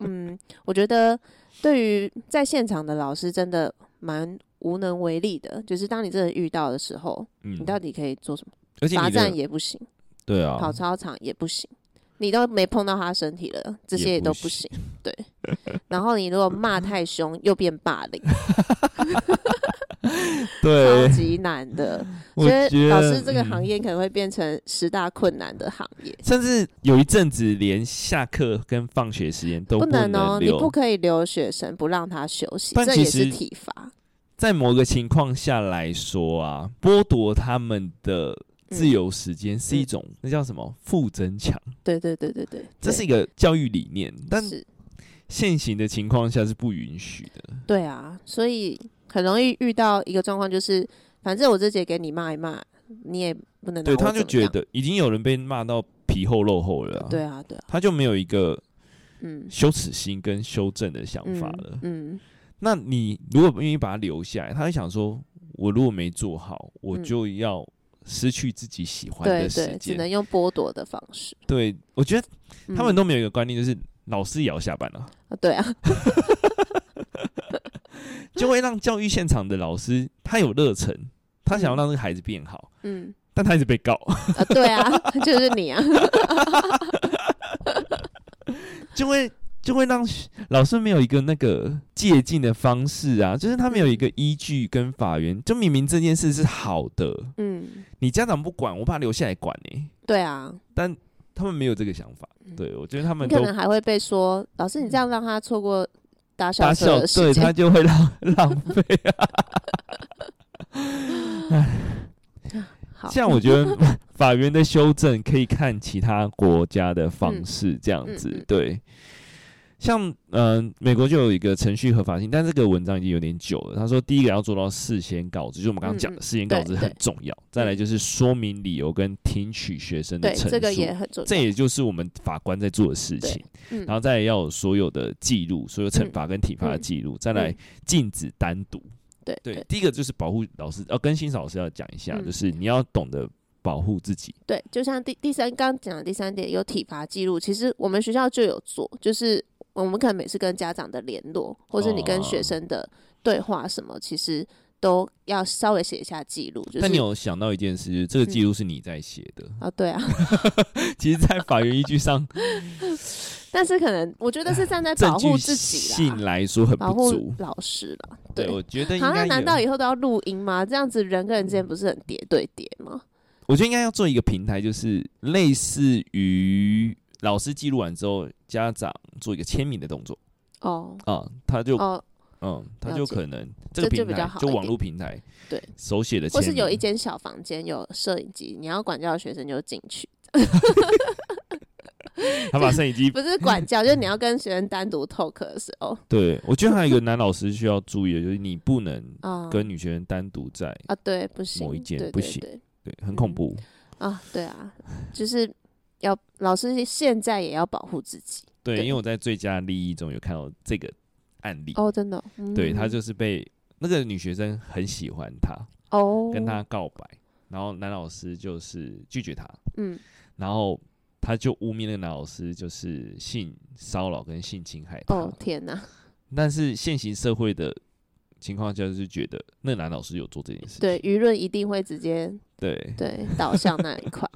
A: 嗯，我觉得对于在现场的老师真的蛮无能为力的，就是当你真的遇到的时候，
B: 嗯
A: 你，到底可以做什么？
B: 而且
A: 罚
B: 你
A: 站
B: 的
A: 也不行，
B: 对
A: 跑
B: 啊，
A: 操场也不行，你都没碰到他身体了，这些也都不行。对， [laughs] 然后你如果骂太凶，又变霸凌，超
B: 对，
A: 级难的。
B: [laughs] 我
A: 所以
B: 觉
A: 老
B: 得
A: 师这个行
B: 嗯
A: 业可能会变成十大困难的行业。
B: 甚至有一阵子连下课跟放学时间都
A: 不能哦，
B: 能
A: 你
B: 留。
A: 不可以留学生，不让他休息，
B: 但
A: 这也
B: 其
A: 是
B: 实
A: 体罚。嗯
B: 在某个情况下来说啊，剥夺他们的自由时
A: 嗯
B: 间是一种、那叫什么负增强，
A: 对对对对对，
B: 这
A: 对
B: 是一个教育理念，但
A: 是
B: 现行的情况下是不允许的。
A: 对啊，所以很容易遇到一个状况，就是反正我这节给你骂一骂，你也不能拿
B: 对，
A: 我
B: 他就
A: 怎么
B: 觉
A: 样
B: 得已经有人被骂到皮厚肉厚了、啊，
A: 对啊对啊，
B: 他就没有一个
A: 嗯
B: 羞耻心跟修正的想法了。
A: 嗯
B: 那你如果不愿意把它留下来，他会想说，我如果没做好，我
A: 嗯
B: 就要失去自己喜欢
A: 对
B: 的时
A: 对，只
B: 间。
A: 能用剥夺的方式。
B: 对，我觉得他们
A: 都、
B: 都没有一个观念，就是老师也要下班了，
A: 啊对啊，嗯
B: 就会让教育现场的老师他有热忱，他想要让这个孩子变好，
A: 嗯
B: 但他一直被告，
A: 啊对啊， [laughs] 就是你啊，
B: 就会就会让老师没有一个那个借鉴的方式啊，就是他没有一
A: 嗯
B: 个依据跟法源，就明明这件事是好的，
A: 嗯
B: 你家长不管，我把他留下来管呢、
A: 对啊，
B: 但他们没有这个想法。对，我觉得
A: 嗯
B: 他
A: 你
B: 们
A: 可
B: 都
A: 能还会被说，老师你这样让他错过搭校
B: 打
A: 车
B: 小
A: 的时
B: 对他
A: 间，
B: 就会浪浪费
A: 好，
B: 像我觉得
A: [laughs]
B: 法院的修正可以看其他国家的方式，这样子、
A: 嗯嗯
B: 对。像嗯、呃美国就有一个程序合法性，但这个文章已经有点久了。他说，第一个要做到事先告知，就是我们刚刚讲
A: 嗯
B: 的
A: 嗯
B: 事先告知
A: 对
B: 很
A: 对
B: 重要。再来就是说明理由跟听取学生
A: 嗯
B: 的
A: 对
B: 陈述，
A: 这个也很重
B: 这
A: 要，
B: 也就是我们法官在做的事
A: 对
B: 情。
A: 嗯
B: 然后再来要有所有的记录，所有惩
A: 嗯
B: 罚跟体罚的
A: 嗯
B: 记录，再来
A: 嗯
B: 禁止单独。
A: 对
B: 对，第一个就是保护老师，呃要跟新手老师要讲一下，
A: 嗯
B: 就是你要懂得保护自己。
A: 对，就像第第三刚讲的第三点有体罚记录，其实我们学校就有做，就是我们可能每次跟家长的联络，或是你跟学
B: 哦
A: 生的对话什么，其实都要稍微写一下记录，就
B: 但你
A: 是。
B: 有想到一件事，这个记录是你在写的， [laughs]
A: 啊、对啊， [laughs]
B: 其实，在法院依据上，
A: 但是可能我觉得是站在
B: [laughs] 证
A: 保护
B: 据
A: 自己
B: 性
A: 啦，
B: 来说很
A: 保
B: 不
A: 护
B: 足。
A: 老师啦。对，
B: 对，我觉得应
A: 好，那
B: 该
A: 难道
B: 有，
A: 以后都要录音吗？这样子人跟人之间不是很叠对叠吗？
B: 我觉得应该要做一个平台，就是类似于老师记录完之后，家长做一个签名的动作
A: 哦
B: 啊，他就
A: 哦，
B: 嗯，他
A: 了
B: 就
A: 解
B: 可能这个
A: 这就
B: 平
A: 比较
B: 台
A: 好一
B: 网
A: 点
B: 络平台
A: 对
B: 手写的
A: 或
B: 签名，
A: 是有一间小房间有摄影机，你要管教的学生就进去，
B: 他把摄影机
A: [laughs] 不是管教，就是你要跟学生单独 talk 的时候，
B: 对我觉得还有一个男老师需要注意的就是你不能
A: 啊、
B: 跟女学生单独在，
A: 啊，对，不行，
B: 某一间
A: 对
B: 不
A: 对
B: 行
A: 对
B: 对，很恐怖。
A: 啊，对啊，就是要老师现在也要保护自己
B: 对，
A: 对
B: 因为我在最佳利益中有看到这个案例，
A: 哦，真的哦，嗯、
B: 对他就是被那个女学生很喜欢他，
A: 哦，
B: 跟他告白，然后男老师就是拒绝他，
A: 嗯，
B: 然后他就污蔑那个男老师就是性骚扰跟性侵害他。
A: 哦天哪，
B: 但是现行社会的情况下，就是觉得那男老师有做这件事情，
A: 对，舆论一定会直接
B: 对，
A: 对导向那一块，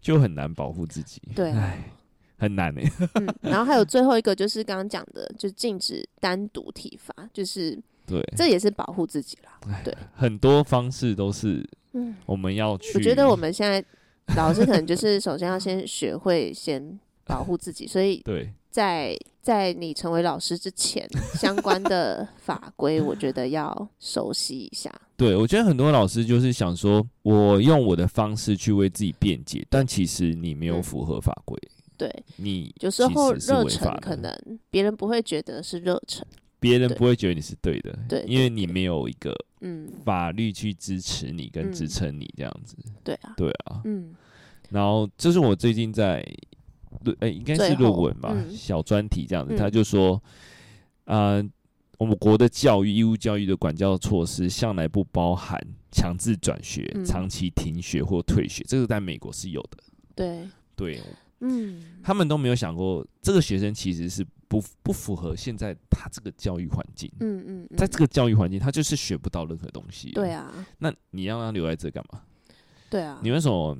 B: 就很难保护自己，
A: 对啊
B: 唉，很难诶、欸
A: 嗯，然后还有最后一个就是刚刚讲的，就禁止单独体罚，就是
B: 对，
A: 这也是保护自己啦，
B: 很多方式都是
A: 嗯，
B: 我们要去，
A: 我觉得我们现
B: [laughs]
A: 在老师可能就是首先要先学会先保护自己，所以
B: 对
A: 在在你成为老师之前，相关
B: [laughs]
A: 的法规，我觉得要熟悉一下。
B: 对，我觉得很多老师就是想说，我用我的方式去为自己辩解，但其实你没有
A: 嗯
B: 符合法规，
A: 对，
B: 你
A: 有时候
B: 其实是
A: 热
B: 违法
A: 忱
B: 的
A: 可能别人不会觉得是热忱，
B: 别人
A: 对
B: 不会觉得你是对的，
A: 对
B: 因
A: 对
B: 为你没有一个
A: 嗯，
B: 法律去支持你跟
A: 嗯
B: 支撑你这样子，
A: 对啊，
B: 对啊，
A: 嗯，
B: 然后这是我最近在论，哎、应该
A: 最
B: 是论
A: 后
B: 文吧，
A: 嗯
B: 小专题这样子。
A: 嗯
B: 他就说，呃，我们国的教育、义务教育的管教措施向来不包含强制转学、
A: 嗯
B: 长期停学或退学，这个在美国是有的。
A: 对，
B: 对
A: 嗯，
B: 他们都没有想过，这个学生其实是不不符合现在他这个教育环境。
A: 嗯嗯，嗯
B: 在这个教育环境，他就是学不到任何东西。
A: 对，啊，
B: 那你让他留在这干嘛？
A: 对啊
B: 你，为什么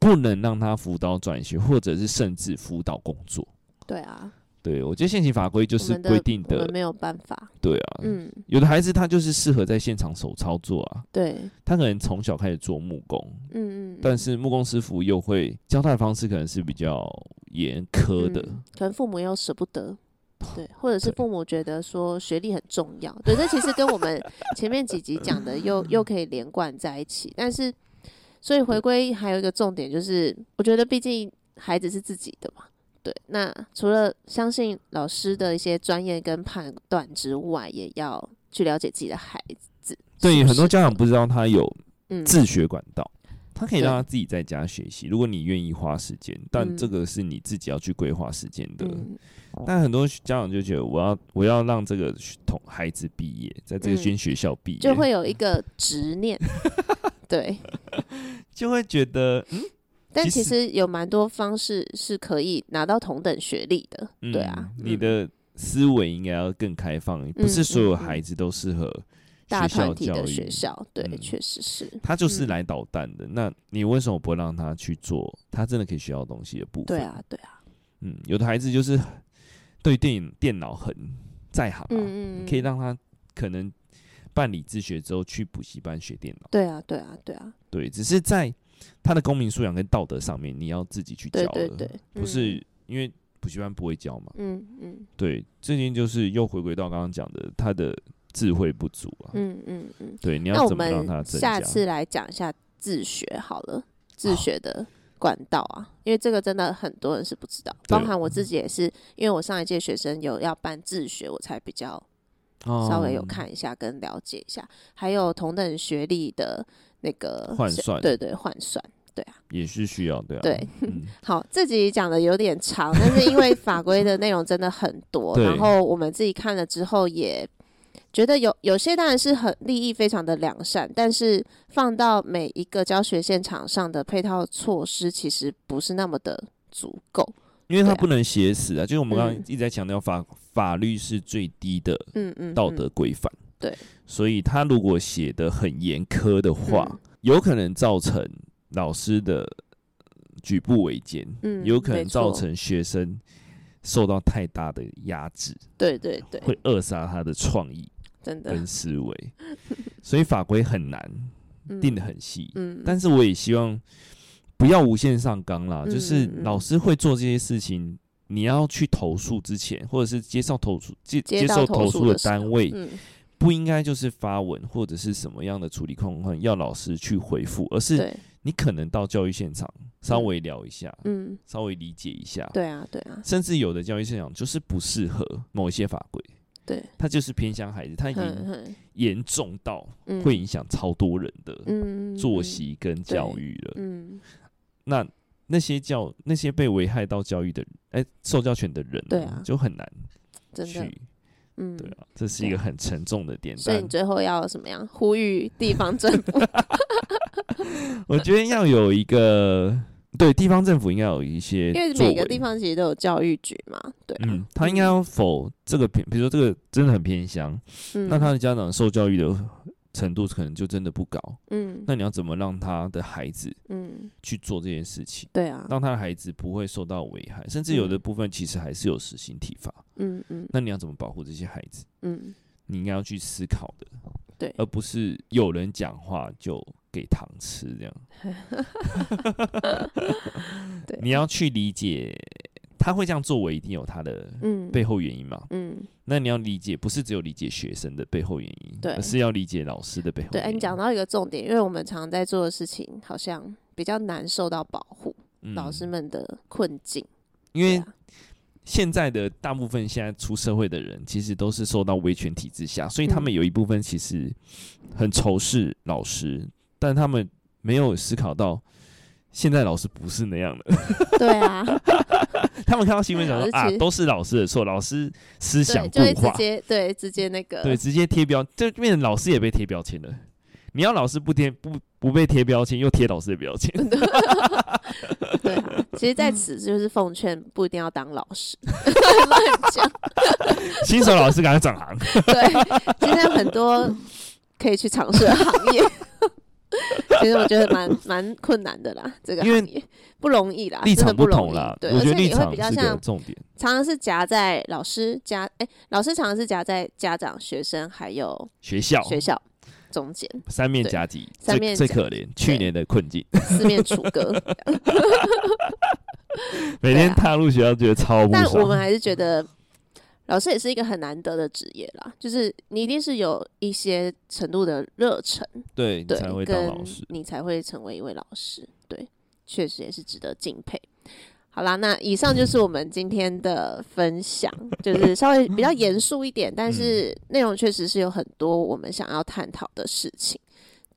B: 不能让他辅导转学，或者是甚至辅导工作。
A: 对啊，
B: 对我觉得现行法规就
A: 就是
B: 规定
A: 我
B: 的，
A: 们没有办法。
B: 对啊，
A: 嗯，
B: 有的孩子他就是适合在现场手操作啊，
A: 对，
B: 他可能从小开始做木工，
A: 嗯嗯，
B: 但是木工师傅又会教他的方式可能是比较严苛的，
A: 嗯可能父母又舍不
B: [laughs]
A: 得，对，或者是
B: 对
A: 父母觉得说学历很重要，对，这其实跟我们前面几集讲的
B: [laughs]
A: 又又可以连贯在一起。但是，所以回归还有一个重点就是，我觉得毕竟孩子是自己的嘛，对。那除了相信老师的一些专业跟判断之外，也要去了解自己的孩子。
B: 对
A: 是不
B: 很多
A: 是
B: 家长不知道他有
A: 嗯，
B: 自学管道，他可以
A: 对
B: 让他自己在家学习，如果你愿意花时间，但
A: 嗯
B: 这个是你自己要去规划时间的。
A: 嗯
B: 但很多家长就觉得我要我要让这个学同孩子毕业，在这个
A: 嗯
B: 间学校毕业，
A: 就会有一个执
B: [laughs]
A: 念，对。
B: 就会觉得嗯
A: 但
B: 其
A: 其
B: 实
A: 实有蛮多方式是可以拿到同等学历的，
B: 嗯
A: 对啊，
B: 你
A: 嗯
B: 的思维应该要更开放，不是所有孩子都适合
A: 大
B: 学
A: 团
B: 校
A: 体
B: 教
A: 的
B: 育
A: 学。校，对，
B: 嗯
A: 确实是，
B: 他就是
A: 嗯
B: 来捣蛋的，那你为什么不让他去做他真的可以学到东西的部分？
A: 对，啊，对啊，
B: 嗯，有的孩子就是对电影电脑很在行、啊，
A: 嗯嗯，
B: 可
A: 嗯
B: 以让他可能办理自学之后去补习班学电脑。
A: 对啊，对啊，对啊，
B: 对，只是在他的公民素养跟道德上面，你要自己去教
A: 对
B: 了，
A: 对对，
B: 不是因为补习班不会教嘛？
A: 嗯，嗯
B: 对，最近就是又回归到刚刚讲的，他的智慧不足啊。
A: 嗯嗯嗯嗯，
B: 对，你
A: 那
B: 要
A: 我
B: 怎么让他
A: 们
B: 增
A: 下
B: 加？
A: 次来讲一下自学好了，自学的。管道啊，因为这个真的很多人是不知道，包
B: 对嗯
A: 含我自己也是，因为我上一届学生有要办自学，我才比较稍微有
B: 哦
A: 看一下跟了解一下，还有同等学历的那个
B: 换
A: 是
B: 算
A: 对对换算。
B: 也是需要，对啊，
A: 对 [laughs]
B: 嗯，
A: 好，这集讲的有点长，但是因为法规的内容真的很多，
B: 对
A: 然后我们自己看了之后也觉得有有些当然是很利益非常的良善，但是放到每一个教学现场上的配套措施其实不是那么的足够。
B: 因为
A: 对
B: 他
A: 啊
B: 不能写死啊，就是我们刚刚
A: 嗯
B: 一直在强调法法律是最低的
A: 嗯嗯，
B: 道
A: 嗯
B: 德规范，
A: 对，
B: 所以他如果写的很严苛的话
A: 嗯，
B: 有可能造成老师的举步维艰，
A: 嗯
B: 有可
A: 没
B: 能造
A: 错
B: 成学生受到太大的压制，
A: 对对对，
B: 会扼杀他的创意
A: 真的
B: 跟思维， [laughs] 所以法规很难定得，很细，
A: 嗯嗯，
B: 但是我也希望不要无限上纲啦，
A: 嗯
B: 就是
A: 嗯嗯
B: 老师会做这些事情，你要去投诉之前，或者是接受投诉接
A: 接
B: 接
A: 到
B: 受
A: 投
B: 投
A: 诉
B: 诉
A: 的
B: 的
A: 时
B: 单位，
A: 嗯
B: 不应该就是发文或者是什么样的处理控况要老师去回复，而是
A: 对，
B: 你可能到教育现场稍微聊一下，
A: 嗯
B: 稍微理解一下，
A: 对啊对啊，
B: 甚至有的教育现场就是不适合某一些法规，
A: 对，
B: 它就是偏向孩子，它已
A: 很
B: 经
A: 很
B: 严重到
A: 嗯
B: 会影响超多人的
A: 嗯
B: 作，息跟教育了。
A: 嗯，嗯
B: 那那些教那些被危害到教育的人，哎、受教权的人、
A: 对啊
B: 就很难
A: 真的，
B: 去，
A: 嗯，啊
B: 对啊，这是一个很沉重的点。
A: 所以
B: 但
A: 你最后要什么样呼吁地方
B: [laughs]
A: 政府？
B: 我觉得要有一个对地方政府应该有一些
A: 因为
B: 作
A: 每
B: 为，
A: 个地方其实都有教育局嘛，对啊、
B: 嗯，他应该要否这个偏，比如说这个真的很偏乡，
A: 嗯
B: 那他的家长受教育的程度可能就真的不高，
A: 嗯
B: 那你要怎么让他的孩子
A: 嗯，
B: 去做这件事情？
A: 对啊，
B: 让他的孩子不会受到危害，甚至有的
A: 嗯
B: 部分其实还是有实行体罚。
A: 嗯嗯
B: 那你要怎么保护这些孩子？
A: 嗯，
B: 你应该要去思考的，
A: 对
B: 而不是有人讲话就给糖吃这样。
A: [laughs] 对，
B: 你要去理解，他会这样作为一定有他的
A: 嗯
B: 背后原因嘛？
A: 嗯
B: 那你要理解，不是只有理解学生的背后原因，
A: 对
B: 而是要理解老师的背后
A: 对，
B: 原
A: 哎，
B: 因。
A: 你讲到一个重点，因为我们常在做的事情好像比较难受到保护，
B: 嗯
A: 老师，们的困境，
B: 因
A: 对
B: 为
A: 啊，
B: 现在的大部分现在出社会的人，其实都是受到威权体制下，所以他们
A: 嗯
B: 有一部分其实很仇视老师，但他们没有思考到，现在老师不是那样的。 [laughs]
A: 对啊，
B: 他们看到新闻讲
A: [laughs] 老师
B: 说
A: 其
B: 啊
A: 实，
B: 都是老师的错，老师思 [laughs] 想
A: 对，
B: 固
A: 就会直
B: 化，
A: 接对直接那个
B: 对，直接贴标，就变成老师也被贴标签了。你要老师不贴不不被贴标签，又贴老师的标签， [laughs]
A: 对啊，其实在
B: 嗯
A: 此就是奉劝，不一定要当老师， [laughs] 乱讲。
B: 新手老师
A: 啊
B: 赶快转行。
A: 对，现在很多可以去尝试的行业。其实我觉得蛮蛮困难的啦，这个
B: 因为
A: 行业不容易啦，
B: 立
A: 真的
B: 场
A: 不容
B: 同
A: 易
B: 啦，
A: 对，
B: 我
A: 而且
B: 觉得立
A: 你会
B: 场
A: 比较
B: 是个
A: 像
B: 重点。
A: 常常是夹在老师家，哎、老师常常是夹在家长、学生还有
B: 学校
A: 学校中间，
B: 三面
A: 对
B: 夹击，
A: 三面
B: 最最
A: 夹啊
B: 可怜，去年的困境，
A: 四面楚歌。
B: 每
A: 对
B: 天
A: 啊
B: 踏入学校觉得超不
A: 但我们
B: 爽。
A: 还是觉得老师也是一个很难得的职业啦，就是你一定是有一些程度的热忱，
B: 对，你
A: 对
B: 才，会当
A: 跟
B: 老师。
A: 你才会成为一位老师，对，确实也是值得敬佩。好啦，那以上就是我们今天的分享， [laughs] 就是稍微比较严肃一点，但是
B: 嗯
A: 内容确实是有很多我们想要探讨的事情。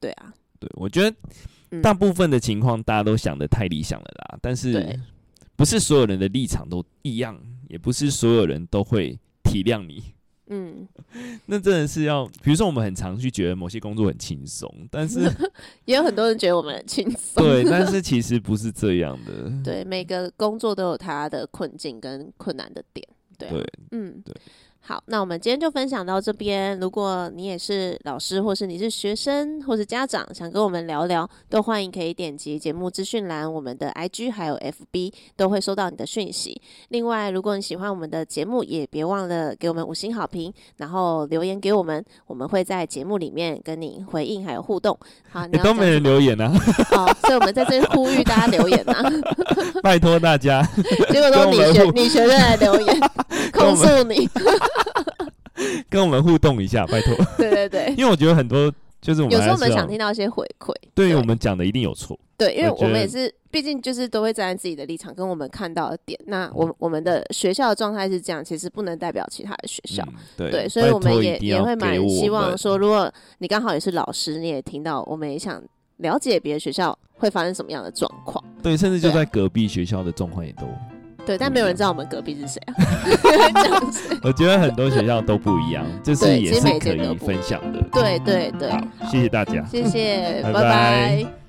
A: 对啊，
B: 对，我觉得
A: 嗯
B: 大部分的情况大家都想的太理想了啦，但是
A: 对
B: 不是所有人的立场都一样，也不是所有人都会体谅你。 [laughs]
A: 嗯，
B: 那真的是要，比如说我们很常去觉得某些工作很轻松，
A: [laughs]
B: 但是
A: 也有很多人觉得我们很轻松。
B: 对，但是其实不是这样的。
A: 对，每个工作都有它的困境跟困难的点。对啊、
B: 对
A: 嗯，
B: 对。
A: 好，那我们今天就分享到这边。如果你也是老师，或是你是学生，或是家长，想跟我们聊聊，都欢迎可以点击节目资讯栏，我们的 IG 还有 FB 都会收到你的讯息。另外，如果你喜欢我们的节目，也别忘了给我们五星好评，然后留言给我们，我们会在节目里面跟你回应还有互动。好，你
B: 也
A: 要
B: 欸都
A: 讲
B: 没
A: 什
B: 人
A: 么
B: 留言啊， [laughs]
A: 哦，所以我们在这边呼吁大家留言啊。
B: 拜托大家，
A: 结果都是你学你学生来留言控诉你， [laughs]
B: 跟我们互动一下，拜托，
A: 对对对。
B: 因为我觉得很多就是我们
A: 有时候
B: 还
A: 我
B: 是
A: 们
B: 要
A: 想听到一些回馈，
B: 对于
A: 对
B: 我们讲的一定有错，
A: 对，因为
B: 我觉
A: 我们
B: 得
A: 也是，毕竟就是都会站在自己的立场跟我们看到的点。那
B: 嗯
A: 我我们的学校的状态是这样，其实不能代表其他的学校，
B: 嗯、对
A: 对，所以我
B: 拜
A: 们
B: 托
A: 也
B: 一定
A: 也
B: 要
A: 会
B: 给
A: 蛮
B: 我
A: 希望
B: 们
A: 说，如果你刚好也是老师，你也听到，我们也想了解别的学校会发生什么样的状况，
B: 对，甚至就
A: 对啊
B: 在隔壁学校的状况也都，
A: 对，但
B: 不一
A: 没有人
B: 样
A: 知道我们隔壁是谁啊， [laughs] 这样子，
B: 我觉得很多学校都不一样，这是
A: 对
B: 也
A: 其实
B: 是
A: 每
B: 可
A: 间都
B: 以
A: 不
B: 分享的。
A: 对对对，
B: 好，谢谢大家。
A: 谢谢，
B: 拜
A: 拜
B: 拜
A: 拜